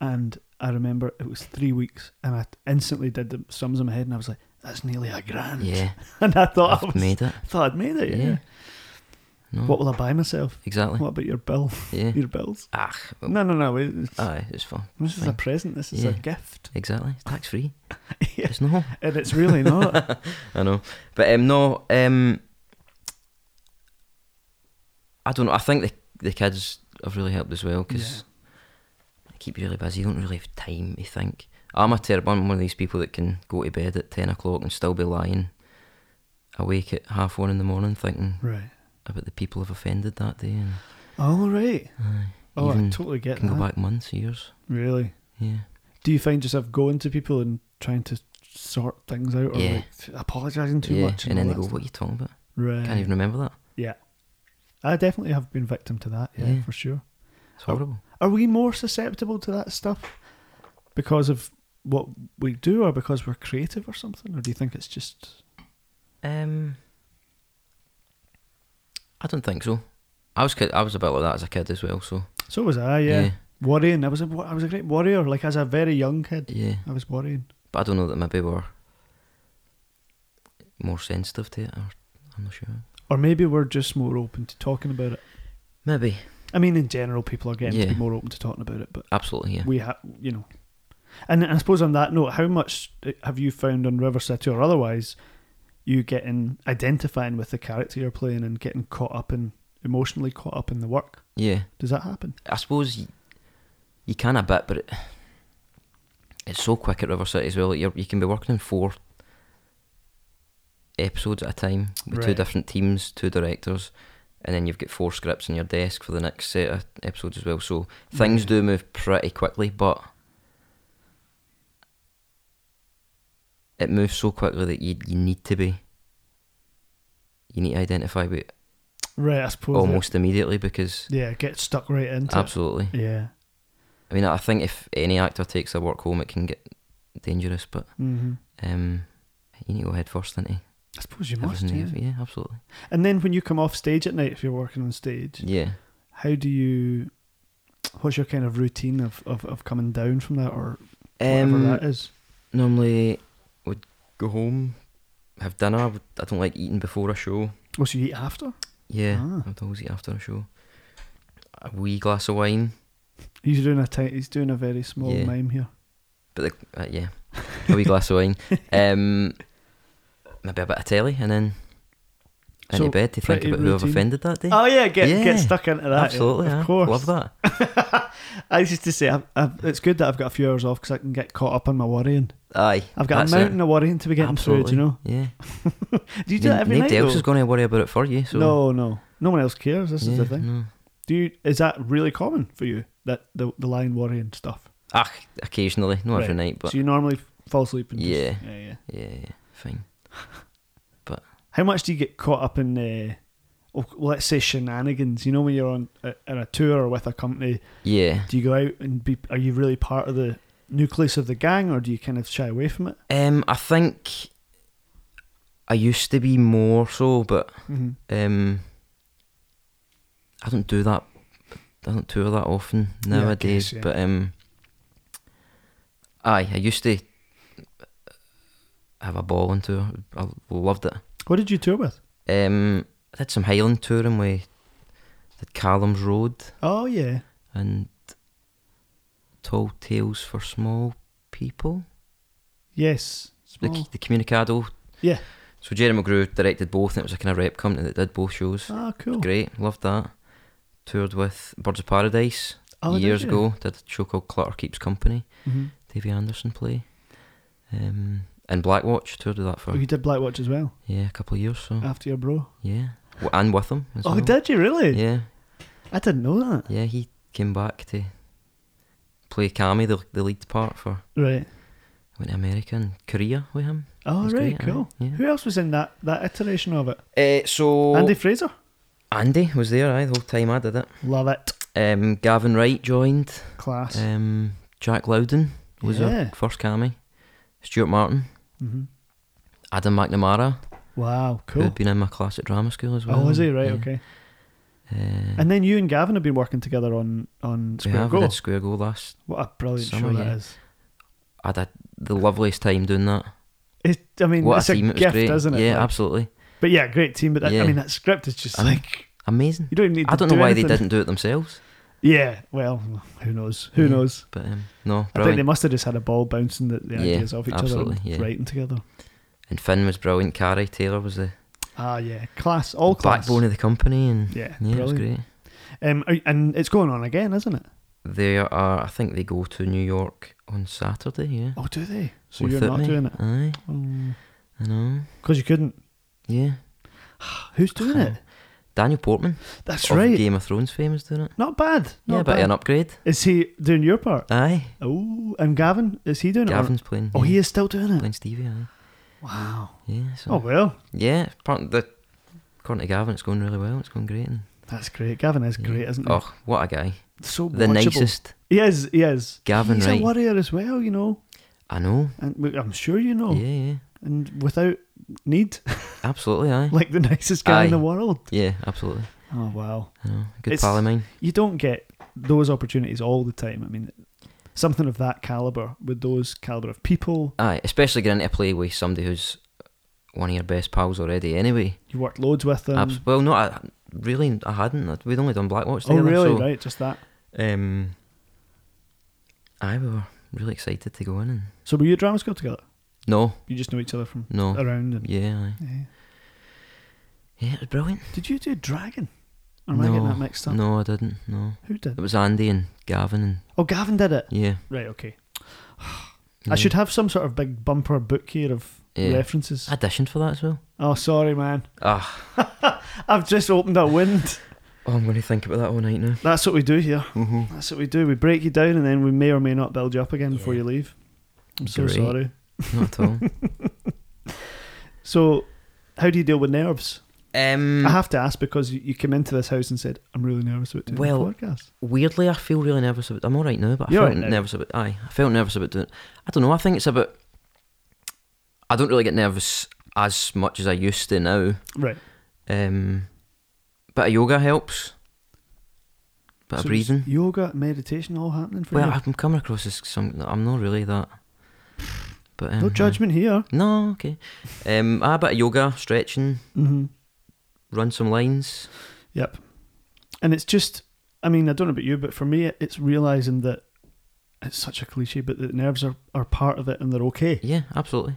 [SPEAKER 1] and I remember it was three weeks, and I instantly did the sums in my head, and I was like, "That's nearly a grand."
[SPEAKER 2] Yeah,
[SPEAKER 1] and I thought I
[SPEAKER 2] I've
[SPEAKER 1] was,
[SPEAKER 2] made it.
[SPEAKER 1] I thought I'd made it. Yeah.
[SPEAKER 2] Yeah. No,
[SPEAKER 1] What will I buy myself?
[SPEAKER 2] exactly.
[SPEAKER 1] What about your bill?
[SPEAKER 2] Yeah.
[SPEAKER 1] Your bills?
[SPEAKER 2] Ah, well,
[SPEAKER 1] No, no, no. it- it's-
[SPEAKER 2] aye, it's fun.
[SPEAKER 1] This is a
[SPEAKER 2] fine.
[SPEAKER 1] present. This is a
[SPEAKER 2] Yeah.
[SPEAKER 1] gift,
[SPEAKER 2] Exactly, it's tax free.
[SPEAKER 1] Yeah. Oh.
[SPEAKER 2] It's no.
[SPEAKER 1] and it's really not.
[SPEAKER 2] I know, but um, no, um, I don't know. I think the the kids have really helped as well because they keep you really busy. You don't really have time. You think I'm a terrible. I'm one of these people that can go to bed at ten o'clock and still be lying awake at half one in the morning thinking
[SPEAKER 1] right.
[SPEAKER 2] about the people I've offended that day, and
[SPEAKER 1] All right.
[SPEAKER 2] aye,
[SPEAKER 1] Oh, I
[SPEAKER 2] even
[SPEAKER 1] totally get
[SPEAKER 2] can
[SPEAKER 1] that.
[SPEAKER 2] go back months, years.
[SPEAKER 1] Really.
[SPEAKER 2] Yeah.
[SPEAKER 1] Do you find yourself going to people and trying to sort things out, or
[SPEAKER 2] Yeah.
[SPEAKER 1] like apologising too
[SPEAKER 2] yeah,
[SPEAKER 1] much?
[SPEAKER 2] and then
[SPEAKER 1] all
[SPEAKER 2] they
[SPEAKER 1] that
[SPEAKER 2] go,
[SPEAKER 1] stuff?
[SPEAKER 2] "What are you talking about?
[SPEAKER 1] Right.
[SPEAKER 2] Can't even remember that.
[SPEAKER 1] I definitely have been victim to that. Yeah,
[SPEAKER 2] Yeah.
[SPEAKER 1] for sure.
[SPEAKER 2] It's
[SPEAKER 1] Oh.
[SPEAKER 2] horrible."
[SPEAKER 1] Are we more susceptible to that stuff because of what we do, or because we're creative or something, or do you think it's just
[SPEAKER 2] Um, I don't think so. I was kid, I was a bit like that as a kid as well. So
[SPEAKER 1] so was I? Yeah, worrying. I was a wa- I was a great warrior. Like as a very young kid,
[SPEAKER 2] yeah, yeah.
[SPEAKER 1] I was worrying.
[SPEAKER 2] But I don't know that maybe we're more sensitive to it. Or, I'm not sure.
[SPEAKER 1] Or maybe we're just more open to talking about it.
[SPEAKER 2] Maybe
[SPEAKER 1] I mean, in general, people are getting to
[SPEAKER 2] Yeah.
[SPEAKER 1] be more open to talking about it, but
[SPEAKER 2] absolutely. Yeah.
[SPEAKER 1] we have, you know. And I suppose on that note, how much eh, have you found on River City or otherwise you getting identifying with the character you're playing and getting caught up in emotionally caught up in the work?
[SPEAKER 2] yeah.
[SPEAKER 1] Does that happen?
[SPEAKER 2] I suppose you, you can a bit, but it, it's so quick at River City as well. Like you're, you can be working on four episodes at a time with two
[SPEAKER 1] Right.
[SPEAKER 2] different teams, two directors, and then you've got four scripts on your desk for the next set of episodes as well. So things
[SPEAKER 1] Yeah.
[SPEAKER 2] do move pretty quickly, but it moves so quickly that you you need to be you need to identify with it
[SPEAKER 1] Right, I suppose.
[SPEAKER 2] almost immediately because
[SPEAKER 1] Yeah, get stuck right into
[SPEAKER 2] absolutely
[SPEAKER 1] it. Yeah.
[SPEAKER 2] I mean, I think if any actor takes their work home, it can get dangerous. But
[SPEAKER 1] hmm
[SPEAKER 2] um, you need to go head first into
[SPEAKER 1] I suppose you must.
[SPEAKER 2] everything. that
[SPEAKER 1] Yeah.
[SPEAKER 2] you've- Yeah, absolutely.
[SPEAKER 1] And then when you come off stage at night, if you're working on stage,
[SPEAKER 2] Yeah,
[SPEAKER 1] how do you? What's your kind of routine of, of, of coming down from that or whatever
[SPEAKER 2] um,
[SPEAKER 1] that is?
[SPEAKER 2] normally would go home, have dinner. I would- I don't like eating before a show.
[SPEAKER 1] Oh, so you eat after?
[SPEAKER 2] Yeah,
[SPEAKER 1] Ah.
[SPEAKER 2] I'd always eat after a show. A wee glass of wine,
[SPEAKER 1] He's doing a tight. He's doing a very small
[SPEAKER 2] Yeah.
[SPEAKER 1] mime here.
[SPEAKER 2] but the, uh, yeah, a wee glass of wine. Um, maybe a bit of telly, and then into
[SPEAKER 1] So,
[SPEAKER 2] bed to think
[SPEAKER 1] pretty
[SPEAKER 2] about who I've
[SPEAKER 1] routine.
[SPEAKER 2] offended that day.
[SPEAKER 1] Oh yeah, get
[SPEAKER 2] Yeah.
[SPEAKER 1] get stuck into that. yeah,
[SPEAKER 2] absolutely,
[SPEAKER 1] of
[SPEAKER 2] I
[SPEAKER 1] course.
[SPEAKER 2] love that.
[SPEAKER 1] I used to say, I've, I've, it's good that I've got a few hours off because I can get caught up in my worrying.
[SPEAKER 2] Aye,
[SPEAKER 1] I've got
[SPEAKER 2] that's
[SPEAKER 1] a
[SPEAKER 2] it.
[SPEAKER 1] mountain of worrying to be getting through. Do you know?
[SPEAKER 2] Yeah.
[SPEAKER 1] Do you do that every
[SPEAKER 2] Nobody
[SPEAKER 1] night?
[SPEAKER 2] else
[SPEAKER 1] though?
[SPEAKER 2] is going to worry about it for you. So
[SPEAKER 1] No, no, no one else cares. This is the
[SPEAKER 2] Yeah,
[SPEAKER 1] thing.
[SPEAKER 2] no.
[SPEAKER 1] Do you? Is that really common for you? That the the lion worrying stuff.
[SPEAKER 2] Ah, occasionally, not every night, but
[SPEAKER 1] so you normally fall asleep and just-
[SPEAKER 2] Yeah.
[SPEAKER 1] yeah, yeah.
[SPEAKER 2] yeah, yeah, fine.
[SPEAKER 1] How much do you get caught up in? Uh, oh, let's say shenanigans. You know when you're on a, on a tour or with a company,
[SPEAKER 2] Yeah.
[SPEAKER 1] do you go out and be? Are you really part of the nucleus of the gang, or do you kind of shy away from it?
[SPEAKER 2] Um, I think I used to be more so, but
[SPEAKER 1] Mm-hmm.
[SPEAKER 2] um, I don't do that. I don't tour that often
[SPEAKER 1] Yeah, I
[SPEAKER 2] nowadays.
[SPEAKER 1] guess, yeah.
[SPEAKER 2] But um, aye, I used to have a ball on tour. I loved it.
[SPEAKER 1] What did you tour with?
[SPEAKER 2] Um, I did some Highland touring. We did Callum's Road.
[SPEAKER 1] Oh yeah,
[SPEAKER 2] and Tall Tales for Small People.
[SPEAKER 1] yes.
[SPEAKER 2] The,
[SPEAKER 1] Small.
[SPEAKER 2] the Communicado.
[SPEAKER 1] Oh. Yeah.
[SPEAKER 2] So Jerry McGrew directed both, and it was a kind of rep company that did both shows.
[SPEAKER 1] Ah, cool.
[SPEAKER 2] Great, loved that. Toured with Birds of Paradise
[SPEAKER 1] Oh,
[SPEAKER 2] years ago. Did a show called Clutter Keeps Company.
[SPEAKER 1] hmm
[SPEAKER 2] Davy Anderson play. Um, and Blackwatch toured with that for
[SPEAKER 1] Oh, you did Black Watch as well
[SPEAKER 2] yeah a couple of years. So
[SPEAKER 1] after your bro.
[SPEAKER 2] yeah, W- and with him. Mm-hmm. As
[SPEAKER 1] Oh,
[SPEAKER 2] well.
[SPEAKER 1] did you really?
[SPEAKER 2] Yeah,
[SPEAKER 1] I didn't know that.
[SPEAKER 2] yeah. He came back to play Cammy, the the lead part for
[SPEAKER 1] Right.
[SPEAKER 2] Went to America and Korea with him.
[SPEAKER 1] Oh,
[SPEAKER 2] He's
[SPEAKER 1] right,
[SPEAKER 2] great, aye,
[SPEAKER 1] cool.
[SPEAKER 2] yeah.
[SPEAKER 1] Who else was in that that iteration of it?
[SPEAKER 2] Uh, so
[SPEAKER 1] Andy
[SPEAKER 2] Andy.
[SPEAKER 1] Fraser.
[SPEAKER 2] was there, aye, the whole time I did it.
[SPEAKER 1] Love it.
[SPEAKER 2] Um, Gavin Wright joined.
[SPEAKER 1] Class.
[SPEAKER 2] Um, Jack Loudon was
[SPEAKER 1] Yeah.
[SPEAKER 2] our first cami. Stuart Martin,
[SPEAKER 1] hmm
[SPEAKER 2] Adam McNamara,
[SPEAKER 1] Wow,
[SPEAKER 2] who
[SPEAKER 1] cool.
[SPEAKER 2] had been in my class at drama school as well.
[SPEAKER 1] Oh, was he right?
[SPEAKER 2] Yeah.
[SPEAKER 1] Okay.
[SPEAKER 2] Uh,
[SPEAKER 1] And then you and Gavin have been working together on on
[SPEAKER 2] we
[SPEAKER 1] Square
[SPEAKER 2] have
[SPEAKER 1] Go.
[SPEAKER 2] did Square Go last.
[SPEAKER 1] What a brilliant
[SPEAKER 2] Summer,
[SPEAKER 1] show that
[SPEAKER 2] yeah.
[SPEAKER 1] is!
[SPEAKER 2] I had the loveliest time doing that.
[SPEAKER 1] It, I mean,
[SPEAKER 2] what
[SPEAKER 1] it's
[SPEAKER 2] a
[SPEAKER 1] a
[SPEAKER 2] team! it was
[SPEAKER 1] gift,
[SPEAKER 2] great.
[SPEAKER 1] isn't it?
[SPEAKER 2] Yeah,
[SPEAKER 1] Like,
[SPEAKER 2] absolutely
[SPEAKER 1] But yeah, great team. But that, I
[SPEAKER 2] Yeah.
[SPEAKER 1] mean, that script is just
[SPEAKER 2] I mean,
[SPEAKER 1] like
[SPEAKER 2] amazing.
[SPEAKER 1] you don't even need.
[SPEAKER 2] I
[SPEAKER 1] to
[SPEAKER 2] don't know why
[SPEAKER 1] anything.
[SPEAKER 2] they didn't do it themselves,
[SPEAKER 1] Yeah, well, who knows? Who
[SPEAKER 2] Yeah.
[SPEAKER 1] knows?
[SPEAKER 2] but um, no,
[SPEAKER 1] I think they
[SPEAKER 2] brilliant.
[SPEAKER 1] must have just had a ball bouncing the, the
[SPEAKER 2] Yeah,
[SPEAKER 1] ideas off each other and
[SPEAKER 2] absolutely, yeah.
[SPEAKER 1] writing together.
[SPEAKER 2] And Finn was brilliant. Carrie Taylor was the
[SPEAKER 1] Ah, yeah, class, all class.
[SPEAKER 2] backbone of the company, and
[SPEAKER 1] Yeah,
[SPEAKER 2] yeah, it was
[SPEAKER 1] brilliant.
[SPEAKER 2] great.
[SPEAKER 1] Um, are- and it's going on again, isn't it?
[SPEAKER 2] They are. I think they go to New York on Saturday. Yeah.
[SPEAKER 1] Oh, do they? So
[SPEAKER 2] with
[SPEAKER 1] you're not
[SPEAKER 2] Whitney.
[SPEAKER 1] doing it
[SPEAKER 2] Aye,
[SPEAKER 1] because
[SPEAKER 2] I know.
[SPEAKER 1] you couldn't.
[SPEAKER 2] Yeah.
[SPEAKER 1] Who's doing it?
[SPEAKER 2] Daniel Portman.
[SPEAKER 1] That's
[SPEAKER 2] of
[SPEAKER 1] right.
[SPEAKER 2] Game of Thrones fame is doing it.
[SPEAKER 1] Not bad. Not
[SPEAKER 2] yeah, but
[SPEAKER 1] bad.
[SPEAKER 2] an upgrade.
[SPEAKER 1] Is he doing your part?
[SPEAKER 2] Aye.
[SPEAKER 1] Oh, and Gavin is he doing it?
[SPEAKER 2] Gavin's playing.
[SPEAKER 1] Or, oh, he
[SPEAKER 2] yeah,
[SPEAKER 1] is still doing it.
[SPEAKER 2] playing Stevie. Aye.
[SPEAKER 1] Wow.
[SPEAKER 2] Yeah. So.
[SPEAKER 1] Oh well,
[SPEAKER 2] Yeah. Part the. According to Gavin, it's going really well. It's going great. And,
[SPEAKER 1] that's great. Gavin is
[SPEAKER 2] yeah.
[SPEAKER 1] great, isn't he?
[SPEAKER 2] Oh, what a guy!
[SPEAKER 1] so
[SPEAKER 2] The
[SPEAKER 1] watchable.
[SPEAKER 2] nicest.
[SPEAKER 1] He is. He is.
[SPEAKER 2] Gavin
[SPEAKER 1] He's
[SPEAKER 2] Wright.
[SPEAKER 1] a warrior as well, you know,
[SPEAKER 2] I know.
[SPEAKER 1] and we- I'm sure you know,
[SPEAKER 2] Yeah, yeah.
[SPEAKER 1] and without need,
[SPEAKER 2] Absolutely, aye.
[SPEAKER 1] like the nicest guy in
[SPEAKER 2] Aye.
[SPEAKER 1] the world.
[SPEAKER 2] Yeah, absolutely.
[SPEAKER 1] Oh wow.
[SPEAKER 2] I know. Good
[SPEAKER 1] It's-
[SPEAKER 2] pal of mine.
[SPEAKER 1] you don't get those opportunities all the time. I mean, something of that caliber with those caliber of people.
[SPEAKER 2] Aye, especially getting to play with somebody who's one of your best pals already. Anyway,
[SPEAKER 1] You worked loads with them.
[SPEAKER 2] Abs- well, no, I, really, I hadn't. We'd only done Blackwatch
[SPEAKER 1] oh,
[SPEAKER 2] together.
[SPEAKER 1] really?
[SPEAKER 2] So,
[SPEAKER 1] right, just that.
[SPEAKER 2] Um, aye, we were really excited to go in. And
[SPEAKER 1] So were you at drama school together?
[SPEAKER 2] no,
[SPEAKER 1] You just know each other from
[SPEAKER 2] no,
[SPEAKER 1] around and.
[SPEAKER 2] yeah, aye.
[SPEAKER 1] Yeah.
[SPEAKER 2] yeah, it was brilliant.
[SPEAKER 1] Did you do Dragon? Or am I getting
[SPEAKER 2] No,
[SPEAKER 1] that mixed up?
[SPEAKER 2] No, I didn't. No,
[SPEAKER 1] Who did?
[SPEAKER 2] it was Andy and Gavin and
[SPEAKER 1] Oh, Gavin did it.
[SPEAKER 2] yeah.
[SPEAKER 1] Right. Okay.
[SPEAKER 2] yeah.
[SPEAKER 1] I should have some sort of big bumper book here of
[SPEAKER 2] Yeah.
[SPEAKER 1] references.
[SPEAKER 2] I auditioned for that as well.
[SPEAKER 1] Oh, sorry, man.
[SPEAKER 2] Ah,
[SPEAKER 1] I've just opened a wind.
[SPEAKER 2] oh, I'm going to think about that all night now.
[SPEAKER 1] That's what we do here.
[SPEAKER 2] Mm-hmm.
[SPEAKER 1] That's what we do. We break you down, and then we may or may not build you up again before
[SPEAKER 2] Yeah.
[SPEAKER 1] you leave. I'm so
[SPEAKER 2] Great.
[SPEAKER 1] sorry.
[SPEAKER 2] Not at all.
[SPEAKER 1] So, how do you deal with nerves?
[SPEAKER 2] Um,
[SPEAKER 1] I have to ask because you, you came into this house and said, "I'm really nervous about doing
[SPEAKER 2] Well,
[SPEAKER 1] the podcast."
[SPEAKER 2] weirdly, I feel really nervous about. I'm all right now, but I
[SPEAKER 1] You're
[SPEAKER 2] felt
[SPEAKER 1] all right now.
[SPEAKER 2] nervous about. Aye, I felt nervous about doing. I don't know. I think it's about. I don't really get nervous as much as I used to now.
[SPEAKER 1] Right.
[SPEAKER 2] Um, bit of yoga helps. Bit of
[SPEAKER 1] So
[SPEAKER 2] breathing.
[SPEAKER 1] it's Yoga, meditation, all happening for
[SPEAKER 2] Well,
[SPEAKER 1] you.
[SPEAKER 2] I'm coming across as some. I'm not really that. But um,
[SPEAKER 1] no
[SPEAKER 2] aye.
[SPEAKER 1] judgment here.
[SPEAKER 2] No, okay. Um, ah, a bit of yoga, stretching,
[SPEAKER 1] hmm
[SPEAKER 2] run some lines.
[SPEAKER 1] Yep. And it's just, I mean, I don't know about you, but for me, it- it's realizing that it's such a cliche, but that nerves are, are part of it and they're okay.
[SPEAKER 2] Yeah, absolutely.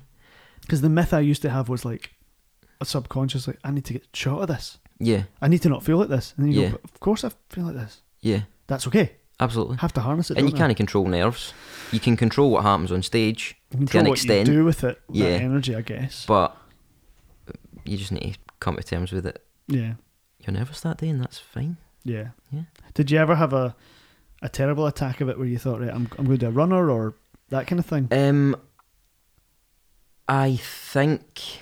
[SPEAKER 1] Because the myth I used to have was like a subconscious, like I need to get shot of this.
[SPEAKER 2] Yeah,
[SPEAKER 1] I need to not feel like this. And then you
[SPEAKER 2] Yeah.
[SPEAKER 1] go, "But of course I feel like this.
[SPEAKER 2] yeah,
[SPEAKER 1] That's okay.
[SPEAKER 2] absolutely.
[SPEAKER 1] Have to harness it.
[SPEAKER 2] And you
[SPEAKER 1] don't I?
[SPEAKER 2] can't control nerves. You can control what happens on stage.
[SPEAKER 1] You control
[SPEAKER 2] an
[SPEAKER 1] what
[SPEAKER 2] extent.
[SPEAKER 1] you do with it. Yeah.
[SPEAKER 2] Yeah.
[SPEAKER 1] energy, I guess.
[SPEAKER 2] But you just need to come to terms with it.
[SPEAKER 1] yeah.
[SPEAKER 2] You're nervous that day, and that's fine.
[SPEAKER 1] Yeah.
[SPEAKER 2] Yeah.
[SPEAKER 1] Did you ever have a a terrible attack of it where you thought, right, I'm, I'm going to do a runner or that kind of thing?
[SPEAKER 2] Um, I think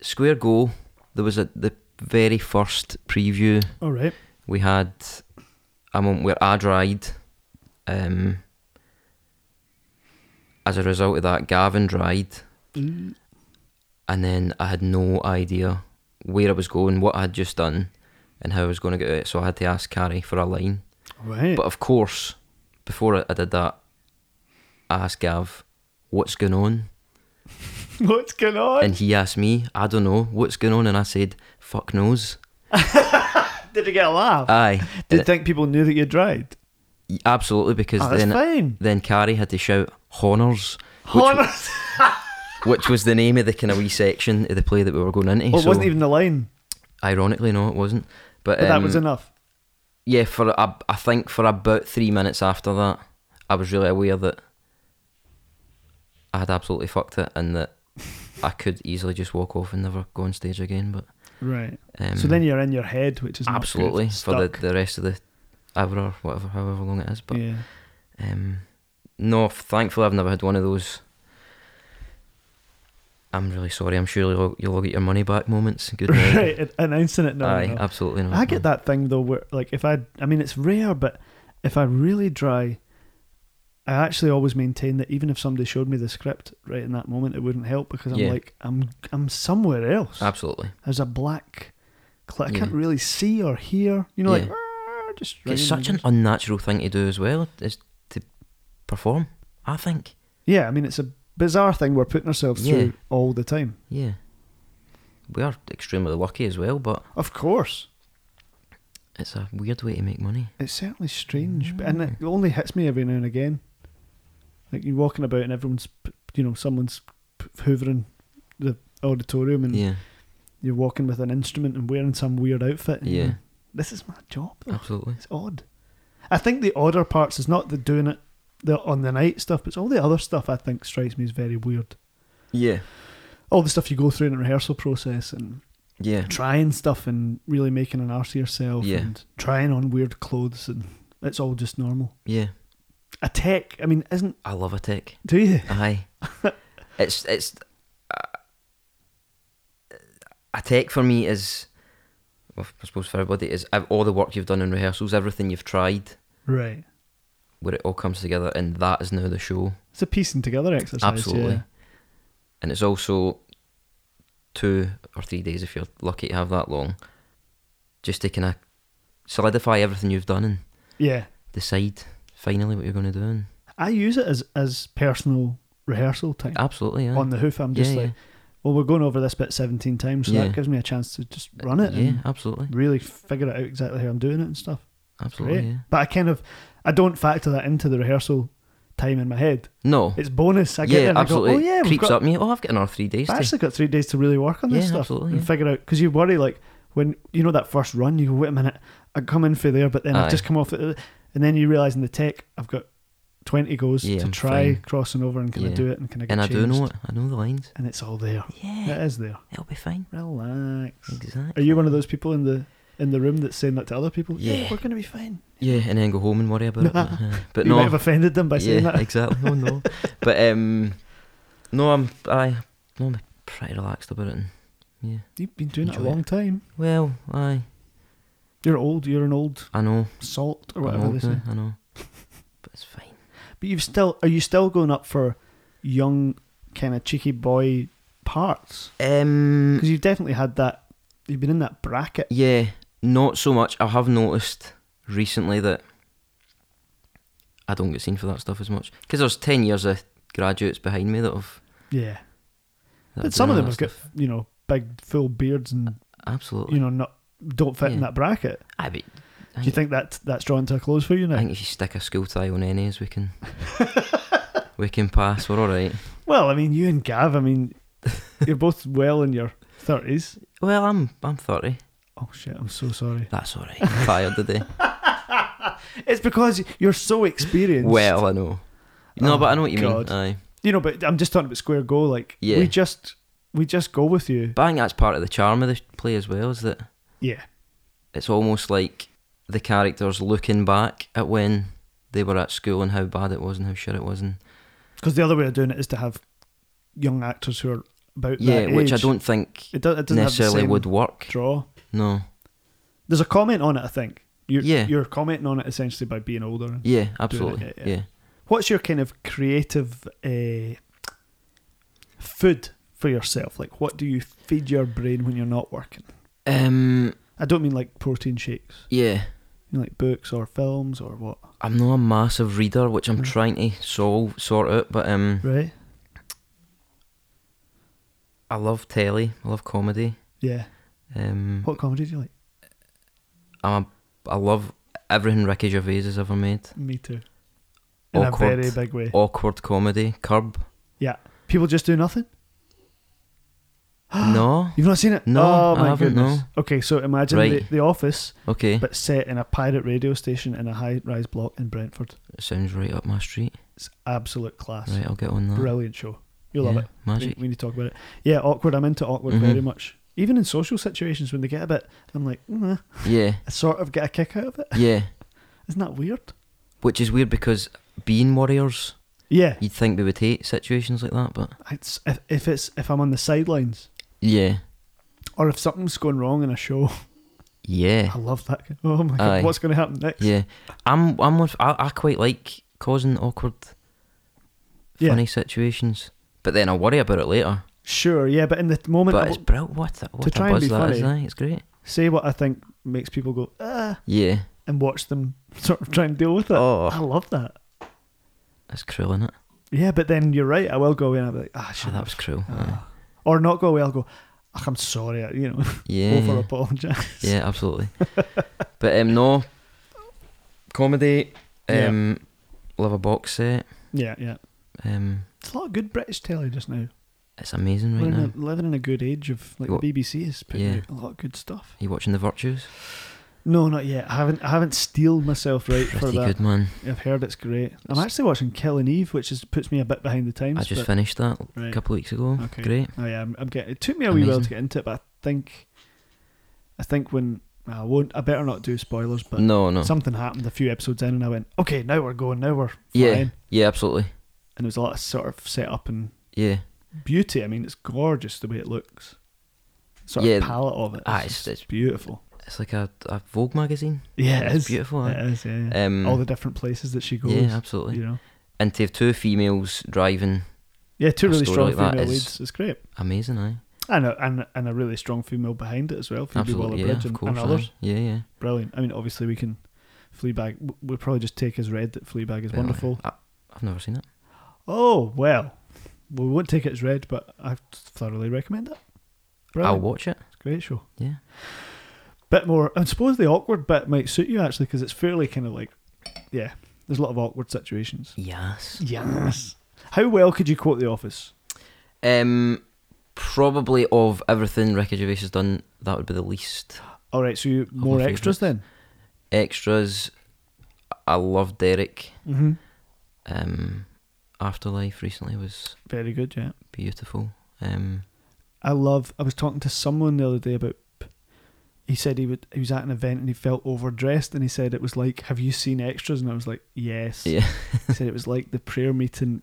[SPEAKER 2] Square Go. There was a the very first preview
[SPEAKER 1] All right.
[SPEAKER 2] we had. A moment where I dried. Um, as a result of that, Gavin dried.
[SPEAKER 1] Mm.
[SPEAKER 2] and then I had no idea where I was going, what I had just done, and how I was going to get out. So I had to ask Carrie for a line.
[SPEAKER 1] All right.
[SPEAKER 2] But of course, before I- I did that, I asked Gav, "What's going on?"
[SPEAKER 1] What's going on?
[SPEAKER 2] And he asked me, "I don't know what's going on," and I said, "Fuck knows."
[SPEAKER 1] Did you get a laugh?
[SPEAKER 2] Aye,
[SPEAKER 1] Oh. Did you think people knew that you dried?
[SPEAKER 2] absolutely, because
[SPEAKER 1] Oh, that's
[SPEAKER 2] then
[SPEAKER 1] fine.
[SPEAKER 2] then Carrie had to shout "Honors," which, wa-
[SPEAKER 1] Honest.
[SPEAKER 2] which was the name of the kind of wee section of the play that we were going into.
[SPEAKER 1] Well, it
[SPEAKER 2] so
[SPEAKER 1] wasn't even the line,
[SPEAKER 2] ironically, no, it wasn't. But,
[SPEAKER 1] but that
[SPEAKER 2] um,
[SPEAKER 1] was enough.
[SPEAKER 2] yeah, for I, I think for about three minutes after that, I was really aware that I had absolutely fucked it and that I could easily just walk off and never go on stage again. But
[SPEAKER 1] Right.
[SPEAKER 2] um,
[SPEAKER 1] so then you're in your head, which is not good.
[SPEAKER 2] absolutely for the,
[SPEAKER 1] Stuck.
[SPEAKER 2] the rest of the hour or whatever, however long it is. But
[SPEAKER 1] yeah.
[SPEAKER 2] um, no, thankfully I've never had one of those. I'm really sorry. I'm sure you'll, you'll all get your money back moments. Good night.
[SPEAKER 1] right. and- Announcing it now.
[SPEAKER 2] Aye, uh, uh-huh. absolutely not.
[SPEAKER 1] I get that thing though, where like if I, I mean, it's rare, but if I really dry, I actually always maintain that even if somebody showed me the script right in that moment, it wouldn't help because I'm
[SPEAKER 2] Yeah.
[SPEAKER 1] like, I'm, I'm somewhere else.
[SPEAKER 2] Absolutely.
[SPEAKER 1] There's a black cl- I
[SPEAKER 2] Yeah.
[SPEAKER 1] can't really see or hear. You know, like
[SPEAKER 2] Yeah.
[SPEAKER 1] "Ah," just ringing
[SPEAKER 2] It's such
[SPEAKER 1] my
[SPEAKER 2] an
[SPEAKER 1] ears.
[SPEAKER 2] unnatural thing to do as well, is to perform, I think.
[SPEAKER 1] yeah. I mean, it's a bizarre thing we're putting ourselves
[SPEAKER 2] Yeah.
[SPEAKER 1] through all the time.
[SPEAKER 2] Yeah. We are extremely lucky as well, but
[SPEAKER 1] Of course,
[SPEAKER 2] it's a weird way to make money.
[SPEAKER 1] it's certainly strange, but and it only hits me every now and again. Like you're walking about and everyone's, p- you know, someone's p- hoovering the auditorium and
[SPEAKER 2] Yeah,
[SPEAKER 1] you're walking with an instrument and wearing some weird outfit. and
[SPEAKER 2] Yeah.
[SPEAKER 1] you're, This is my job. though."
[SPEAKER 2] absolutely.
[SPEAKER 1] It's odd. I think the odder parts is not the doing it the on the night stuff, but it's all the other stuff I think strikes me as very weird.
[SPEAKER 2] Yeah,
[SPEAKER 1] All the stuff you go through in the rehearsal process and
[SPEAKER 2] yeah.
[SPEAKER 1] trying stuff and really making an arse of yourself
[SPEAKER 2] Yeah.
[SPEAKER 1] and trying on weird clothes and it's all just normal.
[SPEAKER 2] Yeah,
[SPEAKER 1] A tech, I mean, isn't
[SPEAKER 2] I love a tech.
[SPEAKER 1] do you?
[SPEAKER 2] Aye. it's it's uh, a tech for me is well, I suppose for everybody is ev- all the work you've done in rehearsals, everything you've tried,
[SPEAKER 1] Right.
[SPEAKER 2] where it all comes together, and that is now the show.
[SPEAKER 1] It's a piecing together exercise.
[SPEAKER 2] Absolutely.
[SPEAKER 1] yeah.
[SPEAKER 2] And it's also two or three days if you're lucky to have that long, just to kind of solidify everything you've done and
[SPEAKER 1] Yeah.
[SPEAKER 2] decide finally what you're going to do. And
[SPEAKER 1] I use it as as personal rehearsal time.
[SPEAKER 2] absolutely, Ah, yeah.
[SPEAKER 1] On the hoof, I'm just
[SPEAKER 2] Yeah,
[SPEAKER 1] like,
[SPEAKER 2] yeah.
[SPEAKER 1] well, we're going over this bit 17 times, so
[SPEAKER 2] Yeah. Uh,
[SPEAKER 1] that gives me a chance to just run it.
[SPEAKER 2] Yeah,
[SPEAKER 1] and
[SPEAKER 2] absolutely,
[SPEAKER 1] really figure it out exactly how I'm doing it and stuff.
[SPEAKER 2] absolutely.
[SPEAKER 1] Great.
[SPEAKER 2] Yeah.
[SPEAKER 1] But I kind of I don't factor that into the rehearsal time in my head.
[SPEAKER 2] No,
[SPEAKER 1] It's bonus. I get
[SPEAKER 2] yeah,
[SPEAKER 1] there and
[SPEAKER 2] absolutely.
[SPEAKER 1] I go, oh yeah,
[SPEAKER 2] it
[SPEAKER 1] we've
[SPEAKER 2] creeps
[SPEAKER 1] got,
[SPEAKER 2] up me. Oh, I've got another three days.
[SPEAKER 1] I've
[SPEAKER 2] to-"
[SPEAKER 1] actually got three days to really work on this
[SPEAKER 2] Yeah,
[SPEAKER 1] stuff
[SPEAKER 2] absolutely,
[SPEAKER 1] and
[SPEAKER 2] yeah.
[SPEAKER 1] figure out because you worry like when you know that first run, you go, wait a minute, I come in for there, but then I've
[SPEAKER 2] Aye.
[SPEAKER 1] just come off, the, and then you realise in the tech I've got twenty goes
[SPEAKER 2] Yeah,
[SPEAKER 1] to
[SPEAKER 2] I'm
[SPEAKER 1] try
[SPEAKER 2] fine.
[SPEAKER 1] crossing over and can I
[SPEAKER 2] Yeah.
[SPEAKER 1] do it and can I get
[SPEAKER 2] and I do
[SPEAKER 1] changed?
[SPEAKER 2] know it. I know the lines.
[SPEAKER 1] and it's all there.
[SPEAKER 2] Yeah,
[SPEAKER 1] It is there.
[SPEAKER 2] it'll be fine.
[SPEAKER 1] Relax. Are
[SPEAKER 2] Exactly.
[SPEAKER 1] you one of those people in the in the room that's saying that to other people?
[SPEAKER 2] Yeah.
[SPEAKER 1] we're gonna be fine.
[SPEAKER 2] Yeah, and then go home and worry about it. But, uh, but
[SPEAKER 1] you
[SPEAKER 2] no,
[SPEAKER 1] might have offended them by saying
[SPEAKER 2] yeah,
[SPEAKER 1] that.
[SPEAKER 2] exactly. Oh no, but um, no, I'm I, no, I'm pretty relaxed about it. And, yeah.
[SPEAKER 1] You've been doing it a
[SPEAKER 2] Enjoy it.
[SPEAKER 1] long time.
[SPEAKER 2] Well, I
[SPEAKER 1] You're old. You're an old
[SPEAKER 2] I know.
[SPEAKER 1] salt or
[SPEAKER 2] I'm
[SPEAKER 1] whatever
[SPEAKER 2] old
[SPEAKER 1] they say.
[SPEAKER 2] now, I know. But it's fine.
[SPEAKER 1] But you've still are you still going up for young, kind of cheeky boy parts?
[SPEAKER 2] Um,
[SPEAKER 1] Because you've definitely had that. You've been in that bracket.
[SPEAKER 2] Yeah, not so much. I have noticed recently that I don't get seen for that stuff as much because there's ten years of graduates behind me that have.
[SPEAKER 1] Yeah,
[SPEAKER 2] That
[SPEAKER 1] but some of them
[SPEAKER 2] done
[SPEAKER 1] have
[SPEAKER 2] all that
[SPEAKER 1] got you know big full beards and
[SPEAKER 2] stuff. absolutely.
[SPEAKER 1] you know not don't fit in
[SPEAKER 2] Oh. Yeah.
[SPEAKER 1] that bracket.
[SPEAKER 2] I, be, I,
[SPEAKER 1] Do you think that that's drawn to a close for you
[SPEAKER 2] I
[SPEAKER 1] now?
[SPEAKER 2] think if you stick a school tie on any as we can, we can pass. We're all right.
[SPEAKER 1] Well, I mean, you and Gav. I mean, you're both well in your thirties.
[SPEAKER 2] Well, I'm I'm thirty.
[SPEAKER 1] Oh shit! I'm so sorry.
[SPEAKER 2] That's all right. I'm tired today.
[SPEAKER 1] It's because you're so experienced.
[SPEAKER 2] Well, I know. No,
[SPEAKER 1] Oh,
[SPEAKER 2] but I know what you
[SPEAKER 1] God.
[SPEAKER 2] mean. Aye.
[SPEAKER 1] you know, but I'm just talking about square go. Like,
[SPEAKER 2] Yeah.
[SPEAKER 1] we just we just go with you.
[SPEAKER 2] But I think that's part of the charm of the play as well, is that
[SPEAKER 1] Yeah,
[SPEAKER 2] it's almost like the characters looking back at when they were at school and how bad it was and how shit it was and
[SPEAKER 1] because the other way of doing it is to have young actors who are about
[SPEAKER 2] yeah
[SPEAKER 1] that
[SPEAKER 2] which i
[SPEAKER 1] age.
[SPEAKER 2] don't think
[SPEAKER 1] It, do, it doesn't have the
[SPEAKER 2] necessarily
[SPEAKER 1] same
[SPEAKER 2] would work
[SPEAKER 1] draw.
[SPEAKER 2] no
[SPEAKER 1] There's a comment on it, I think. You're,
[SPEAKER 2] Yeah.
[SPEAKER 1] you're commenting on it essentially by being older.
[SPEAKER 2] yeah absolutely
[SPEAKER 1] yeah,
[SPEAKER 2] yeah,
[SPEAKER 1] yeah. What's your kind of creative uh, food for yourself? Like, what do you feed your brain when you're not working?
[SPEAKER 2] um
[SPEAKER 1] I don't mean like protein shakes,
[SPEAKER 2] yeah
[SPEAKER 1] you know, like books or films or what,
[SPEAKER 2] i'm not a massive reader which i'm
[SPEAKER 1] No.
[SPEAKER 2] trying to solve sort out but um
[SPEAKER 1] right?
[SPEAKER 2] i love telly i love comedy
[SPEAKER 1] Yeah.
[SPEAKER 2] um
[SPEAKER 1] What comedy do you like?
[SPEAKER 2] i'm a, i love everything ricky gervais has ever made
[SPEAKER 1] Me too. In
[SPEAKER 2] Awkward.
[SPEAKER 1] a very big way.
[SPEAKER 2] awkward comedy curb
[SPEAKER 1] People just do nothing.
[SPEAKER 2] no
[SPEAKER 1] You've not seen it?
[SPEAKER 2] No,
[SPEAKER 1] oh,
[SPEAKER 2] I
[SPEAKER 1] my
[SPEAKER 2] haven't,
[SPEAKER 1] goodness.
[SPEAKER 2] no.
[SPEAKER 1] Okay, so imagine
[SPEAKER 2] Right.
[SPEAKER 1] the, the office,
[SPEAKER 2] okay
[SPEAKER 1] but set in a pirate radio station in a high-rise block in Brentford.
[SPEAKER 2] it sounds right up my street
[SPEAKER 1] It's absolute class.
[SPEAKER 2] right i'll get on that
[SPEAKER 1] Brilliant show. You'll love
[SPEAKER 2] Yeah,
[SPEAKER 1] it. We,
[SPEAKER 2] magic
[SPEAKER 1] we need to talk about it. Yeah, awkward. I'm into awkward
[SPEAKER 2] Mhm.
[SPEAKER 1] very much. Even in social situations, when they get a bit, I'm like, mm,
[SPEAKER 2] yeah
[SPEAKER 1] I sort of get a kick out of it.
[SPEAKER 2] yeah
[SPEAKER 1] Isn't that weird?
[SPEAKER 2] Which is weird because being warriors,
[SPEAKER 1] Yeah.
[SPEAKER 2] you'd think we would hate situations like that, but
[SPEAKER 1] It's, if, if it's if I'm on the sidelines
[SPEAKER 2] yeah,
[SPEAKER 1] or if something's going wrong in a show,
[SPEAKER 2] yeah,
[SPEAKER 1] I love that. Oh my god,
[SPEAKER 2] Aye.
[SPEAKER 1] what's going to happen next?
[SPEAKER 2] yeah. I'm, I'm, with, I, I quite like causing awkward,
[SPEAKER 1] Yeah.
[SPEAKER 2] funny situations, but then I worry about it later.
[SPEAKER 1] Sure, yeah, but in the moment, I
[SPEAKER 2] But
[SPEAKER 1] w-
[SPEAKER 2] it's brilliant. What, a, what a
[SPEAKER 1] try and
[SPEAKER 2] buzz
[SPEAKER 1] be
[SPEAKER 2] that is,
[SPEAKER 1] funny-
[SPEAKER 2] aye, It's great.
[SPEAKER 1] say what I think makes people go ah,
[SPEAKER 2] Yeah.
[SPEAKER 1] and watch them sort of try and deal with it.
[SPEAKER 2] Oh.
[SPEAKER 1] I love that.
[SPEAKER 2] That's cruel, isn't it?
[SPEAKER 1] Yeah, but then you're right. I will go away and I'll be like, ah,
[SPEAKER 2] Oh,
[SPEAKER 1] shit.
[SPEAKER 2] that was cruel. aye.
[SPEAKER 1] ah." Or not go away. I'll go. "Ach, I'm sorry. I- You know,
[SPEAKER 2] Yeah.
[SPEAKER 1] over
[SPEAKER 2] yeah.
[SPEAKER 1] apologize.
[SPEAKER 2] Yeah, absolutely. but um, no, comedy.
[SPEAKER 1] Yeah.
[SPEAKER 2] Um, love a box set.
[SPEAKER 1] yeah, yeah.
[SPEAKER 2] Um,
[SPEAKER 1] It's a lot of good British telly just now.
[SPEAKER 2] it's amazing right
[SPEAKER 1] We're in
[SPEAKER 2] now.
[SPEAKER 1] a, living in a good age of like
[SPEAKER 2] What-
[SPEAKER 1] the BBC is putting
[SPEAKER 2] Yeah.
[SPEAKER 1] out a lot of good stuff.
[SPEAKER 2] you watching the Virtues?
[SPEAKER 1] No, not yet. I haven't. I haven't steeled myself right for
[SPEAKER 2] Pretty
[SPEAKER 1] that.
[SPEAKER 2] good, man.
[SPEAKER 1] I've heard it's great. I'm
[SPEAKER 2] It's-
[SPEAKER 1] actually watching Killing Eve, which is puts me a bit behind the times.
[SPEAKER 2] I just
[SPEAKER 1] but,
[SPEAKER 2] finished that a
[SPEAKER 1] right.
[SPEAKER 2] couple of weeks ago.
[SPEAKER 1] Okay.
[SPEAKER 2] Great.
[SPEAKER 1] Oh yeah, I'm, I'm getting. It took me a wee while to
[SPEAKER 2] Amazing.
[SPEAKER 1] get into it, but I think, I think when I won't. I better not do spoilers, but
[SPEAKER 2] no, no.
[SPEAKER 1] something happened a few episodes in, and I went, okay, now we're going. Now we're flying.
[SPEAKER 2] Yeah. Yeah, absolutely.
[SPEAKER 1] And there was a lot of sort of setup and
[SPEAKER 2] Yeah.
[SPEAKER 1] beauty. I mean, it's gorgeous the way it looks. Sort
[SPEAKER 2] Yeah.
[SPEAKER 1] of palette of it.
[SPEAKER 2] Ah,
[SPEAKER 1] It's,
[SPEAKER 2] it's-
[SPEAKER 1] just-
[SPEAKER 2] it's-
[SPEAKER 1] it's beautiful.
[SPEAKER 2] It's like a, a Vogue magazine.
[SPEAKER 1] Yeah, it
[SPEAKER 2] it's
[SPEAKER 1] is.
[SPEAKER 2] beautiful,
[SPEAKER 1] It is. Yeah. yeah.
[SPEAKER 2] Um,
[SPEAKER 1] All the different places that she goes.
[SPEAKER 2] yeah, absolutely.
[SPEAKER 1] You know.
[SPEAKER 2] And to have two females driving,
[SPEAKER 1] Yeah, two
[SPEAKER 2] A
[SPEAKER 1] really
[SPEAKER 2] story
[SPEAKER 1] strong
[SPEAKER 2] like that
[SPEAKER 1] female
[SPEAKER 2] is-
[SPEAKER 1] leads. It's great.
[SPEAKER 2] amazing, eh? aye.
[SPEAKER 1] And a, and and a really strong female behind it as well. Phoebe
[SPEAKER 2] Absolutely, yeah,
[SPEAKER 1] Waller-Bridge
[SPEAKER 2] of
[SPEAKER 1] and,
[SPEAKER 2] course.
[SPEAKER 1] and
[SPEAKER 2] aye.
[SPEAKER 1] others.
[SPEAKER 2] Yeah, yeah.
[SPEAKER 1] Brilliant. I mean, obviously we can. Fleabag. w- We'll probably just take as read that Fleabag is
[SPEAKER 2] But, like,
[SPEAKER 1] wonderful.
[SPEAKER 2] I, I've never seen it.
[SPEAKER 1] Oh well, we won't take it as read, but I thoroughly recommend it. Brilliant.
[SPEAKER 2] I'll watch it.
[SPEAKER 1] It's a great show.
[SPEAKER 2] Yeah.
[SPEAKER 1] Bit more. I suppose the awkward bit might suit you actually because it's fairly kind of like, yeah. There's a lot of awkward situations.
[SPEAKER 2] Yes.
[SPEAKER 1] Yes. How well could you quote The Office?
[SPEAKER 2] Um, probably of everything Ricky Gervais has done, that would be the least.
[SPEAKER 1] All right, so you, more
[SPEAKER 2] my
[SPEAKER 1] extras then.
[SPEAKER 2] Extras, I love Derek.
[SPEAKER 1] Mm-hmm.
[SPEAKER 2] Um, Afterlife recently was
[SPEAKER 1] Very good. Yeah.
[SPEAKER 2] beautiful. Um,
[SPEAKER 1] I love. I was talking to someone the other day about. He said he would. He was at an event and he felt overdressed, and he said it was like, "Have you seen extras?" And I was like, "Yes."
[SPEAKER 2] Yeah.
[SPEAKER 1] he said it was like the prayer meeting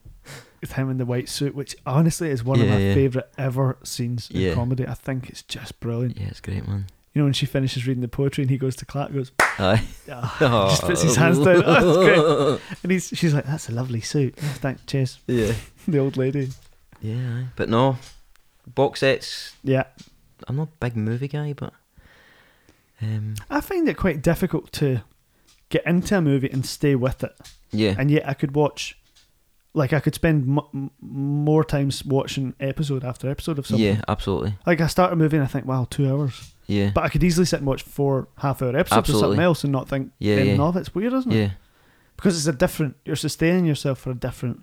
[SPEAKER 1] with him in the white suit, which honestly is one of
[SPEAKER 2] Yeah,
[SPEAKER 1] my
[SPEAKER 2] yeah.
[SPEAKER 1] favorite ever scenes
[SPEAKER 2] Yeah.
[SPEAKER 1] in comedy. I think it's just brilliant.
[SPEAKER 2] yeah, it's great, man.
[SPEAKER 1] You know, when she finishes reading the poetry and he goes to clap, goes,
[SPEAKER 2] Aye.
[SPEAKER 1] "Ah," just puts his hands down. Oh, that's great. And he's, she's like, "That's a lovely suit." Oh, thanks, cheers.
[SPEAKER 2] Yeah.
[SPEAKER 1] The old lady.
[SPEAKER 2] Yeah, aye. but no, box sets.
[SPEAKER 1] Yeah.
[SPEAKER 2] I'm not a big movie guy, but um,
[SPEAKER 1] I find it quite difficult to get into a movie and stay with it.
[SPEAKER 2] yeah,
[SPEAKER 1] and yet I could watch, like I could spend m- m- more times watching episode after episode of something.
[SPEAKER 2] yeah, absolutely.
[SPEAKER 1] Like I start a movie and I think, wow, two hours,
[SPEAKER 2] Yeah,
[SPEAKER 1] but I could easily sit and watch four half-hour episodes of
[SPEAKER 2] Absolutely.
[SPEAKER 1] something else and not think
[SPEAKER 2] Yeah,
[SPEAKER 1] anything
[SPEAKER 2] yeah.
[SPEAKER 1] of it. It's weird, isn't it?
[SPEAKER 2] yeah,
[SPEAKER 1] Because it's a different. You're sustaining yourself for a different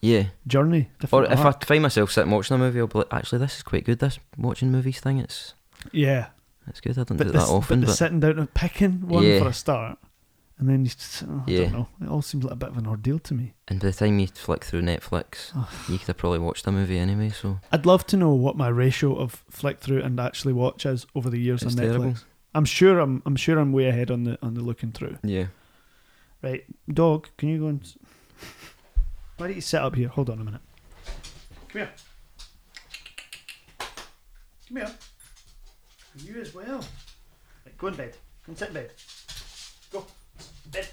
[SPEAKER 2] yeah.
[SPEAKER 1] journey.
[SPEAKER 2] Or
[SPEAKER 1] Different
[SPEAKER 2] if I
[SPEAKER 1] arc.
[SPEAKER 2] find myself sitting watching a movie, I'll be like, actually, this is quite good. This watching movies thing, it's
[SPEAKER 1] yeah,
[SPEAKER 2] it's good. I don't
[SPEAKER 1] but,
[SPEAKER 2] do
[SPEAKER 1] the,
[SPEAKER 2] that
[SPEAKER 1] s-
[SPEAKER 2] often,
[SPEAKER 1] but the
[SPEAKER 2] but,
[SPEAKER 1] sitting down and picking one
[SPEAKER 2] Yeah.
[SPEAKER 1] for a start, and then you, s- oh, I
[SPEAKER 2] Yeah.
[SPEAKER 1] don't know. It all seems like a bit of an ordeal to me.
[SPEAKER 2] and by the time you flick through Netflix, you could have probably watched the movie anyway. So
[SPEAKER 1] I'd love to know what my ratio of flick through and actually watch is over the years
[SPEAKER 2] it's
[SPEAKER 1] on Netflix.
[SPEAKER 2] terrible.
[SPEAKER 1] I'm sure I'm I'm sure I'm way ahead on the on the looking through.
[SPEAKER 2] Yeah,
[SPEAKER 1] Right, dog, can you go and? s- Why don't you sit up here? Hold on a minute. Come here. Come here. And You as well. Right, go in bed. Go and sit in bed. Go. Bed.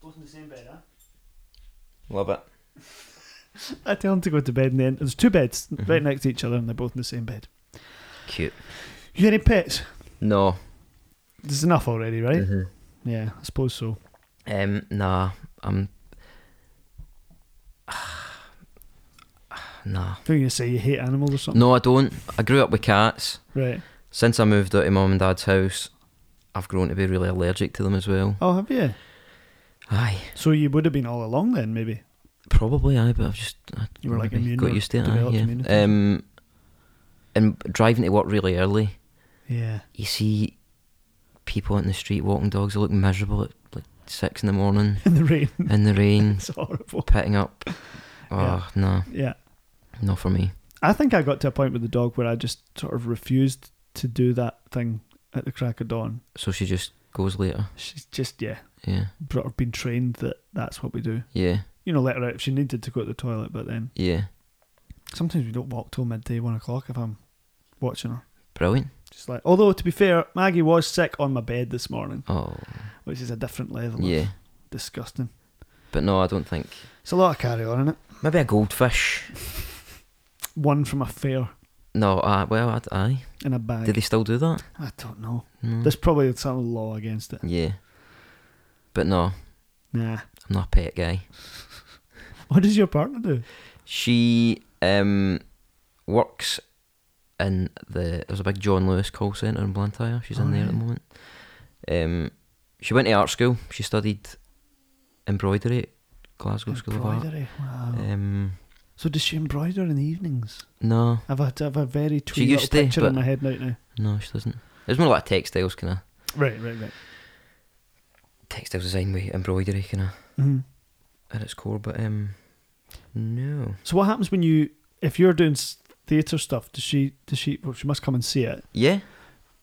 [SPEAKER 1] Both in the same bed, huh?
[SPEAKER 2] love it.
[SPEAKER 1] I tell them to go to bed and then there's two beds right next to each other and they're both in the same bed.
[SPEAKER 2] Cute.
[SPEAKER 1] You any pets?
[SPEAKER 2] No, Mm-hmm.
[SPEAKER 1] There's enough already, right? Yeah, I suppose so.
[SPEAKER 2] um, nah, I'm. nah,
[SPEAKER 1] I thought you were gonna say you hate animals or something.
[SPEAKER 2] no, I don't. I grew up with cats.
[SPEAKER 1] Right.
[SPEAKER 2] Since I moved out of mum and dad's house, I've grown to be really allergic to them as well.
[SPEAKER 1] Oh, have you?
[SPEAKER 2] Aye,
[SPEAKER 1] So you would have been all along then, maybe.
[SPEAKER 2] probably aye, but I've just I
[SPEAKER 1] You were, like,
[SPEAKER 2] maybe
[SPEAKER 1] immune
[SPEAKER 2] got
[SPEAKER 1] or
[SPEAKER 2] used to it. Aye,
[SPEAKER 1] developed immunity.
[SPEAKER 2] yeah. Um, and driving to work really early,
[SPEAKER 1] Yeah.
[SPEAKER 2] you see people out in the street walking dogs. They look miserable at like six in the morning
[SPEAKER 1] In the rain.
[SPEAKER 2] in the rain,
[SPEAKER 1] it's horrible.
[SPEAKER 2] pitting up. Oh
[SPEAKER 1] Yeah.
[SPEAKER 2] no,
[SPEAKER 1] Yeah.
[SPEAKER 2] not for me.
[SPEAKER 1] I think I got to a point with the dog where I just sort of refused to do that thing at the crack of dawn.
[SPEAKER 2] So she just goes later.
[SPEAKER 1] She's just, yeah,
[SPEAKER 2] Yeah,
[SPEAKER 1] sort of been trained that that's what we do.
[SPEAKER 2] yeah,
[SPEAKER 1] You know, let her out if she needed to go to the toilet, but then
[SPEAKER 2] yeah.
[SPEAKER 1] sometimes we don't walk till midday, one o'clock if I'm watching her.
[SPEAKER 2] Brilliant.
[SPEAKER 1] Just like, although to be fair, Maggie was sick on my bed this morning,
[SPEAKER 2] Oh
[SPEAKER 1] which is a different level. of
[SPEAKER 2] yeah,
[SPEAKER 1] disgusting.
[SPEAKER 2] but no, I don't think.
[SPEAKER 1] It's a lot of carry on in it.
[SPEAKER 2] Maybe a goldfish.
[SPEAKER 1] One from a fair.
[SPEAKER 2] No, uh, well, I'd, aye.
[SPEAKER 1] in a bag.
[SPEAKER 2] Do they Hmm. still do that?
[SPEAKER 1] I don't know.
[SPEAKER 2] No.
[SPEAKER 1] There's probably some law against it.
[SPEAKER 2] Yeah. But no, I'm
[SPEAKER 1] Nah.
[SPEAKER 2] not a pet guy.
[SPEAKER 1] What does your partner do?
[SPEAKER 2] She um works in the there's a big John Lewis call centre in Blantyre. She's in
[SPEAKER 1] Oh,
[SPEAKER 2] there at the
[SPEAKER 1] yeah.
[SPEAKER 2] moment. Um, she went to art school. She studied embroidery at Glasgow School of Art.
[SPEAKER 1] Embroidery. oh. Wow.
[SPEAKER 2] Um,
[SPEAKER 1] so does she embroider in the evenings?
[SPEAKER 2] no,
[SPEAKER 1] I've had have a very twee
[SPEAKER 2] used
[SPEAKER 1] little
[SPEAKER 2] to,
[SPEAKER 1] picture in
[SPEAKER 2] but-
[SPEAKER 1] my head right now.
[SPEAKER 2] no, she doesn't. It was more like textiles kind of
[SPEAKER 1] Right, right, right.
[SPEAKER 2] textile design with embroidery kind of
[SPEAKER 1] Mhm.
[SPEAKER 2] at its core. But um, no,
[SPEAKER 1] So what happens when you if you're doing s- theatre stuff? Does she does she well, she must come and see it?
[SPEAKER 2] yeah.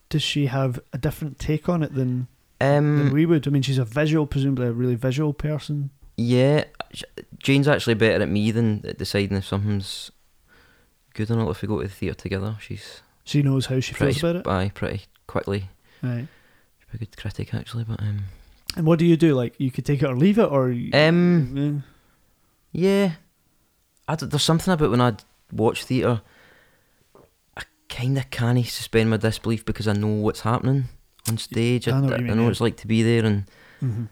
[SPEAKER 1] Does she have a different take on it than than
[SPEAKER 2] Um,
[SPEAKER 1] we would? I mean, she's a visual, presumably a really visual person.
[SPEAKER 2] Yeah, sh- Jane's actually better at me than at deciding if something's good or not. If we go to the theatre together, she's
[SPEAKER 1] She knows how she
[SPEAKER 2] pretty
[SPEAKER 1] feels about it.
[SPEAKER 2] aye, pretty quickly.
[SPEAKER 1] Right.
[SPEAKER 2] She's a good critic actually, but um,
[SPEAKER 1] And what do you do? Like you could take it or leave it, or you-
[SPEAKER 2] um,
[SPEAKER 1] Yeah.
[SPEAKER 2] yeah, I d- there's something about when I watch theatre, I kind of can't suspend my disbelief because I know what's happening on stage.
[SPEAKER 1] I know what
[SPEAKER 2] I,
[SPEAKER 1] you
[SPEAKER 2] I
[SPEAKER 1] mean,
[SPEAKER 2] know
[SPEAKER 1] yeah.
[SPEAKER 2] what it's like to be there, and
[SPEAKER 1] Mhm.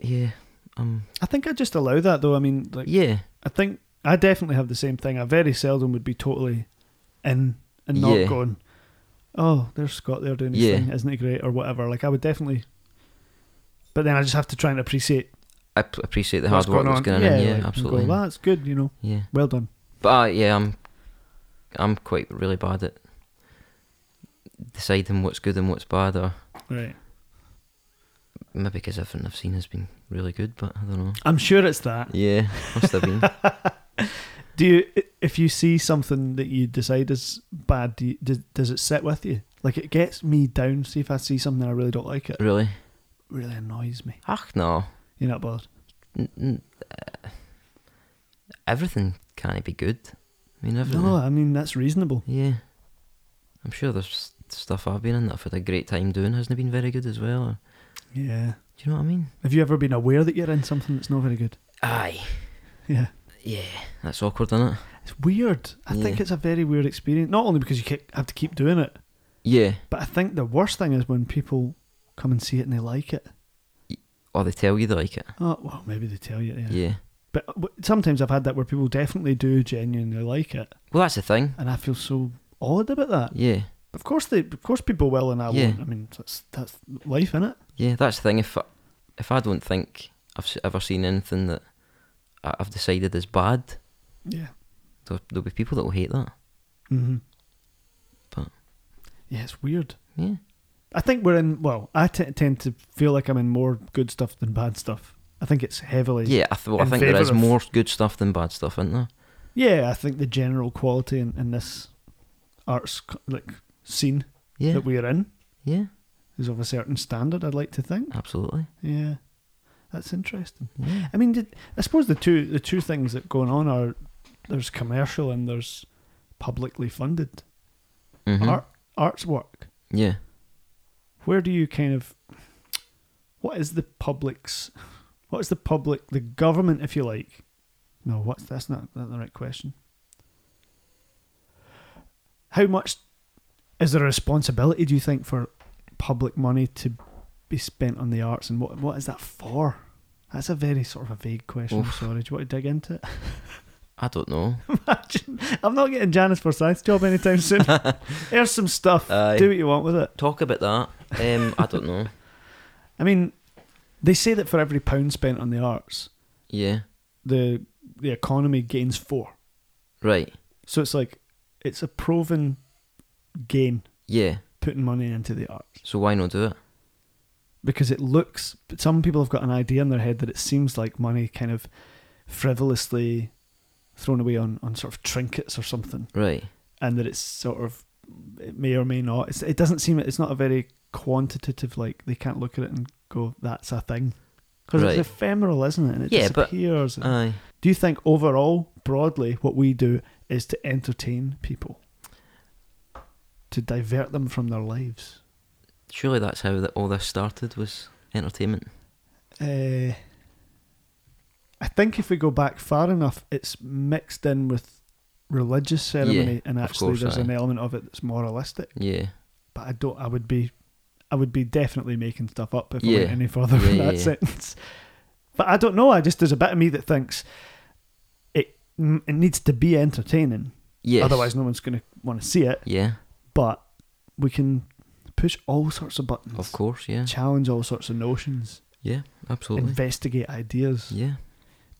[SPEAKER 2] yeah, um,
[SPEAKER 1] I think I just allow that though. I mean, like
[SPEAKER 2] yeah,
[SPEAKER 1] I think I definitely have the same thing. I very seldom would be totally in and not
[SPEAKER 2] Yeah.
[SPEAKER 1] going, oh, there's Scott there doing his
[SPEAKER 2] Yeah.
[SPEAKER 1] thing, isn't it great, or whatever. Like I would definitely, but then I just have to try and appreciate
[SPEAKER 2] I p- appreciate the
[SPEAKER 1] what's
[SPEAKER 2] hard work
[SPEAKER 1] going
[SPEAKER 2] that's
[SPEAKER 1] on.
[SPEAKER 2] going
[SPEAKER 1] yeah,
[SPEAKER 2] in. Yeah,
[SPEAKER 1] like, and go,
[SPEAKER 2] absolutely.
[SPEAKER 1] well, that's good, you know,
[SPEAKER 2] Yeah.
[SPEAKER 1] well done.
[SPEAKER 2] But uh, yeah, I'm I'm quite really bad at deciding what's good and what's bad, or
[SPEAKER 1] Right.
[SPEAKER 2] maybe because everything I've seen has been really good, but I don't know.
[SPEAKER 1] I'm sure it's that.
[SPEAKER 2] Yeah, must have been.
[SPEAKER 1] Do you, if you see something that you decide is bad, do you, does, does it sit with you? Like it gets me down. See if I see something I really don't like, it
[SPEAKER 2] really?
[SPEAKER 1] really annoys me.
[SPEAKER 2] Ach no,
[SPEAKER 1] You're not bothered.
[SPEAKER 2] N- n- uh, everything can't be good. I mean, everything.
[SPEAKER 1] No, I mean that's reasonable.
[SPEAKER 2] Yeah, I'm sure there's stuff I've been in that I've had a great time doing hasn't been very good as well. Or,
[SPEAKER 1] Yeah.
[SPEAKER 2] do you know what I mean?
[SPEAKER 1] Have you ever been aware that you're in something that's not very good?
[SPEAKER 2] Aye,
[SPEAKER 1] Yeah.
[SPEAKER 2] yeah, that's awkward, isn't it?
[SPEAKER 1] It's weird. I think
[SPEAKER 2] Yeah.
[SPEAKER 1] it's a very weird experience. Not only because you ke- have to keep doing it,
[SPEAKER 2] Yeah,
[SPEAKER 1] but I think the worst thing is when people come and see it and they like it.
[SPEAKER 2] or they tell you they like it.
[SPEAKER 1] Oh, well, maybe they tell you. Yeah.
[SPEAKER 2] yeah.
[SPEAKER 1] But w- sometimes I've had that where people definitely do genuinely like it,
[SPEAKER 2] Well, that's the thing.
[SPEAKER 1] and I feel so odd about that.
[SPEAKER 2] Yeah.
[SPEAKER 1] Of course they, of course people will, and I
[SPEAKER 2] Yeah.
[SPEAKER 1] won't. I mean, that's that's life, innit?
[SPEAKER 2] Yeah, that's the thing. If I, if I don't think I've s- ever seen anything that I- I've decided is bad,
[SPEAKER 1] Yeah.
[SPEAKER 2] there, there'll be people that will hate that.
[SPEAKER 1] Mm-hmm.
[SPEAKER 2] But-
[SPEAKER 1] yeah, it's weird.
[SPEAKER 2] Yeah,
[SPEAKER 1] I think we're in. Well, I t- tend to feel like I'm in more good stuff than bad stuff. I think it's heavily.
[SPEAKER 2] yeah. I, th- well, I
[SPEAKER 1] In
[SPEAKER 2] think there
[SPEAKER 1] favour
[SPEAKER 2] is
[SPEAKER 1] of-
[SPEAKER 2] more good stuff than bad stuff, isn't there?
[SPEAKER 1] Yeah, I think the general quality in, in this arts co- like scene
[SPEAKER 2] Yeah,
[SPEAKER 1] that we are in
[SPEAKER 2] yeah,
[SPEAKER 1] is of a certain standard. I'd like to think.
[SPEAKER 2] absolutely.
[SPEAKER 1] Yeah, that's interesting.
[SPEAKER 2] Yeah.
[SPEAKER 1] I mean, did, I suppose the two the two things that going on are there's commercial and there's publicly funded
[SPEAKER 2] Mhm.
[SPEAKER 1] art arts work.
[SPEAKER 2] Yeah,
[SPEAKER 1] where do you kind of what is the public's what is the public the government if you like no what's that's not, not the right question how much is there a responsibility do you think for public money to be spent on the arts and what what is that for that's a very sort of a vague question. I'm
[SPEAKER 2] Oof.
[SPEAKER 1] sorry. Do you want to dig into it?
[SPEAKER 2] I don't know.
[SPEAKER 1] Imagine. I'm not getting Janice for science job anytime soon. Here's some stuff.
[SPEAKER 2] Aye.
[SPEAKER 1] Do what you want with it.
[SPEAKER 2] Uh, Talk about that. Um, I don't know.
[SPEAKER 1] I mean, they say that for every pound spent on the arts,
[SPEAKER 2] Yeah,
[SPEAKER 1] the the economy gains four.
[SPEAKER 2] right.
[SPEAKER 1] So it's like it's a proven gain
[SPEAKER 2] Yeah.
[SPEAKER 1] putting money into the arts
[SPEAKER 2] So why not do it?
[SPEAKER 1] because it looks. But some people have got an idea in their head that it seems like money kind of frivolously thrown away on on sort of trinkets or something,
[SPEAKER 2] Right.
[SPEAKER 1] and that it's sort of it may or may not. It's, it doesn't seem it's not a very quantitative like they can't look at it and go that's a thing because
[SPEAKER 2] Right.
[SPEAKER 1] it's ephemeral, isn't it? And it
[SPEAKER 2] Yeah, but- uh,
[SPEAKER 1] disappears. and-
[SPEAKER 2] Aye.
[SPEAKER 1] Do you think overall, broadly, what we do is to entertain people, to divert them from their lives?
[SPEAKER 2] Surely that's how that all this started was entertainment. Eh,
[SPEAKER 1] Uh, I think if we go back far enough, it's mixed in with religious ceremony, and
[SPEAKER 2] of
[SPEAKER 1] actually
[SPEAKER 2] course,
[SPEAKER 1] there's an
[SPEAKER 2] aye.
[SPEAKER 1] element of it that's moralistic.
[SPEAKER 2] Yeah.
[SPEAKER 1] But I don't. I would be, I would be definitely making stuff up if I
[SPEAKER 2] Yeah.
[SPEAKER 1] went any further
[SPEAKER 2] Yeah,
[SPEAKER 1] with
[SPEAKER 2] yeah,
[SPEAKER 1] that
[SPEAKER 2] yeah.
[SPEAKER 1] sentence. But I don't know. I just there's a bit of me that thinks it mm, it needs to be entertaining.
[SPEAKER 2] Yes.
[SPEAKER 1] Otherwise, no one's going to want to see it.
[SPEAKER 2] Yeah.
[SPEAKER 1] But we can push all sorts of buttons,
[SPEAKER 2] Of course. Yeah.
[SPEAKER 1] challenge all sorts of notions,
[SPEAKER 2] Yeah. Absolutely.
[SPEAKER 1] investigate ideas.
[SPEAKER 2] Yeah.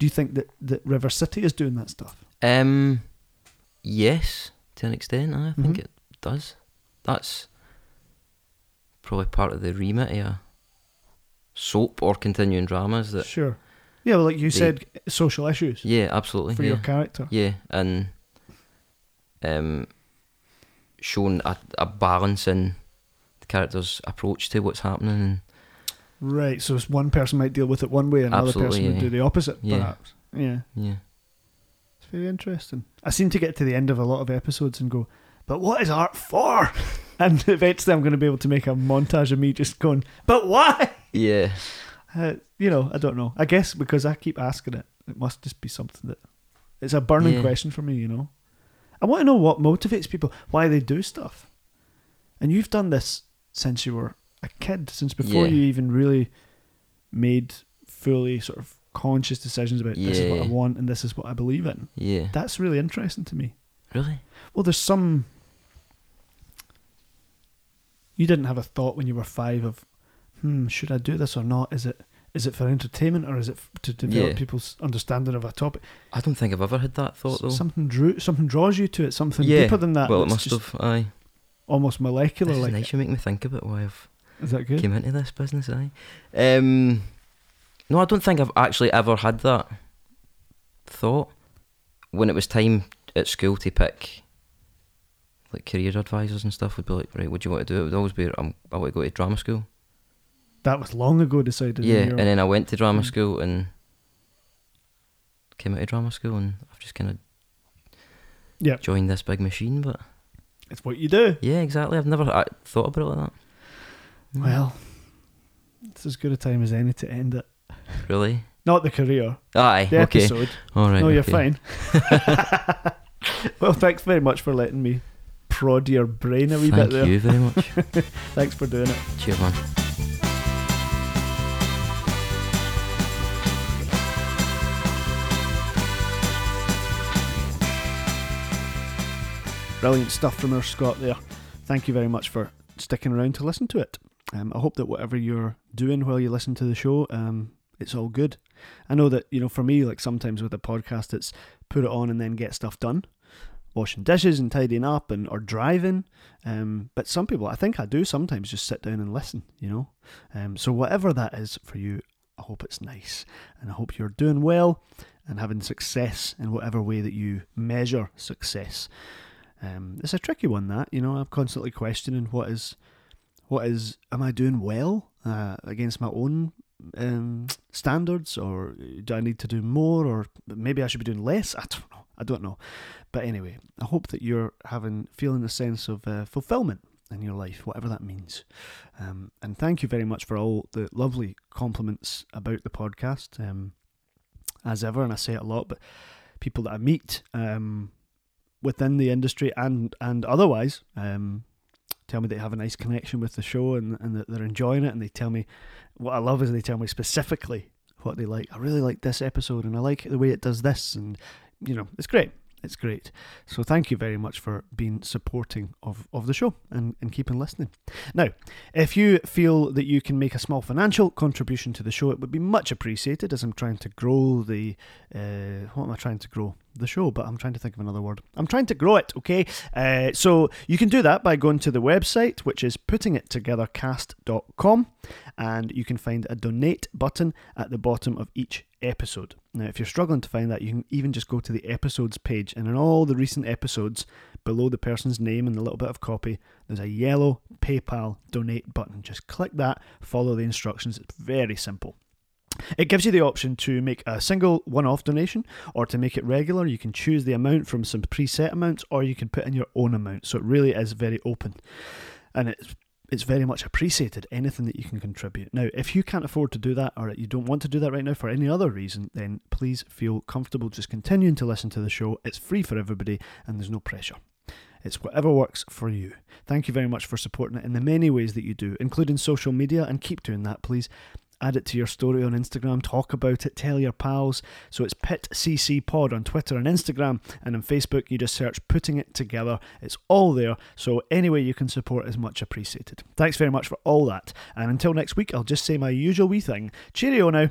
[SPEAKER 1] Do you think that, that River City is doing that stuff?
[SPEAKER 2] Um. Yes, to an extent, I think
[SPEAKER 1] Mhm.
[SPEAKER 2] it does. That's probably part of the remit of a soap or continuing dramas. That
[SPEAKER 1] Sure. Yeah, well, like you
[SPEAKER 2] They-
[SPEAKER 1] said, social issues
[SPEAKER 2] yeah, absolutely.
[SPEAKER 1] for
[SPEAKER 2] yeah.
[SPEAKER 1] your character.
[SPEAKER 2] Yeah, and um, shown a, a balance in the character's approach to what's happening. And
[SPEAKER 1] Right. So it's one person might deal with it one way, and another
[SPEAKER 2] Absolutely,
[SPEAKER 1] person
[SPEAKER 2] yeah,
[SPEAKER 1] would do
[SPEAKER 2] yeah.
[SPEAKER 1] the opposite.
[SPEAKER 2] Yeah.
[SPEAKER 1] Perhaps. Yeah.
[SPEAKER 2] yeah,
[SPEAKER 1] It's very interesting. I seem to get to the end of a lot of episodes and go, "But what is art for?" and eventually, I'm going to be able to make a montage of me just going, "But why?"
[SPEAKER 2] yeah,
[SPEAKER 1] Uh, you know, I don't know. I guess because I keep asking it, it must just be something that it's a burning
[SPEAKER 2] Yeah.
[SPEAKER 1] question for me. You know, I want to know what motivates people, why they do stuff. And you've done this since you were a kid, since before
[SPEAKER 2] Yeah.
[SPEAKER 1] you even really made fully sort of conscious decisions about this is what I
[SPEAKER 2] Yeah.
[SPEAKER 1] want and this is what I believe in.
[SPEAKER 2] yeah.
[SPEAKER 1] That's really interesting to me.
[SPEAKER 2] really?
[SPEAKER 1] Well, there's some. You didn't have a thought when you were five of, hmm, should I do this or not? Is it is it for entertainment or is it f- to develop
[SPEAKER 2] Yeah.
[SPEAKER 1] people's understanding of a topic?
[SPEAKER 2] I don't think I've ever had that thought though.
[SPEAKER 1] S- something drew something draws you to it. Something
[SPEAKER 2] Yeah,
[SPEAKER 1] deeper than that.
[SPEAKER 2] well, it
[SPEAKER 1] that's
[SPEAKER 2] must
[SPEAKER 1] just
[SPEAKER 2] have. Aye,
[SPEAKER 1] almost molecular.
[SPEAKER 2] this is
[SPEAKER 1] like
[SPEAKER 2] nice. You make me think about why I've
[SPEAKER 1] is that good?
[SPEAKER 2] came into this business. Aye. Um, no, I don't think I've actually ever had that thought. When it was time at school to pick, like career advisors and stuff, would be like, right, what do you want to do? It would always be, I'm, I want to go to drama school.
[SPEAKER 1] That was long ago decided.
[SPEAKER 2] yeah,
[SPEAKER 1] you
[SPEAKER 2] and then I went to drama
[SPEAKER 1] Mm.
[SPEAKER 2] school and came out of drama school, and I've just kind of
[SPEAKER 1] Yeah.
[SPEAKER 2] joined this big machine. But
[SPEAKER 1] it's what you do.
[SPEAKER 2] yeah, exactly. I've never uh, thought about it like that. Mm.
[SPEAKER 1] Well, it's as good a time as any to end it.
[SPEAKER 2] really?
[SPEAKER 1] Not the career,
[SPEAKER 2] Aye.
[SPEAKER 1] the
[SPEAKER 2] okay.
[SPEAKER 1] episode.
[SPEAKER 2] All right.
[SPEAKER 1] no, you're
[SPEAKER 2] okay.
[SPEAKER 1] fine. well, thanks very much for letting me prod your brain a wee
[SPEAKER 2] Thank
[SPEAKER 1] bit there.
[SPEAKER 2] you very much.
[SPEAKER 1] Thanks for doing it.
[SPEAKER 2] Cheers, man.
[SPEAKER 1] Brilliant stuff from our Scott there. Thank you very much for sticking around to listen to it. Um, I hope that whatever you're doing while you listen to the show, um, it's all good. I know that you know for me, like sometimes with a podcast, it's put it on and then get stuff done, washing dishes and tidying up and or driving. Um, but some people, I think I do sometimes just sit down and listen. You know, um, so whatever that is for you, I hope it's nice and I hope you're doing well and having success in whatever way that you measure success. Um, it's a tricky one that you know I'm constantly questioning what is, what is am I doing well uh, against my own um, standards or do I need to do more or maybe I should be doing less I don't know I don't know but anyway I hope that you're having feeling a sense of uh, fulfillment in your life whatever that means um, and thank you very much for all the lovely compliments about the podcast um, as ever and I say it a lot but people that I meet um, within the industry and and otherwise um tell me they have a nice connection with the show and, and that they're enjoying it and they tell me what i love is they tell me specifically what they like i really like this episode and i like the way it does this and you know it's great it's great so thank you very much for being supporting of, of the show and, and keeping listening now if you feel that you can make a small financial contribution to the show it would be much appreciated as i'm trying to grow the uh, what am I trying to grow? The show, but I'm trying to think of another word. I'm trying to grow it, okay? Uh, so you can do that by going to the website, which is puttingittogethercast.com, and you can find a donate button at the bottom of each episode. Now, if you're struggling to find that, you can even just go to the episodes page, and in all the recent episodes, below the person's name and the little bit of copy, there's a yellow PayPal donate button. Just click that, follow the instructions. It's very simple. It gives you the option to make a single one off donation or to make it regular. You can choose the amount from some preset amounts or you can put in your own amount. So it really is very open. And it's it's very much appreciated anything that you can contribute. Now, if you can't afford to do that or you don't want to do that right now for any other reason, then please feel comfortable just continuing to listen to the show. It's free for everybody and there's no pressure. It's whatever works for you. Thank you very much for supporting it in the many ways that you do, including social media, and keep doing that, please. Add it to your story on Instagram, talk about it, tell your pals. So it's Pit CC Pod on Twitter and Instagram, and on Facebook, you just search Putting It Together. It's all there, so any way you can support is much appreciated. Thanks very much for all that, and until next week, I'll just say my usual wee thing. Cheerio now.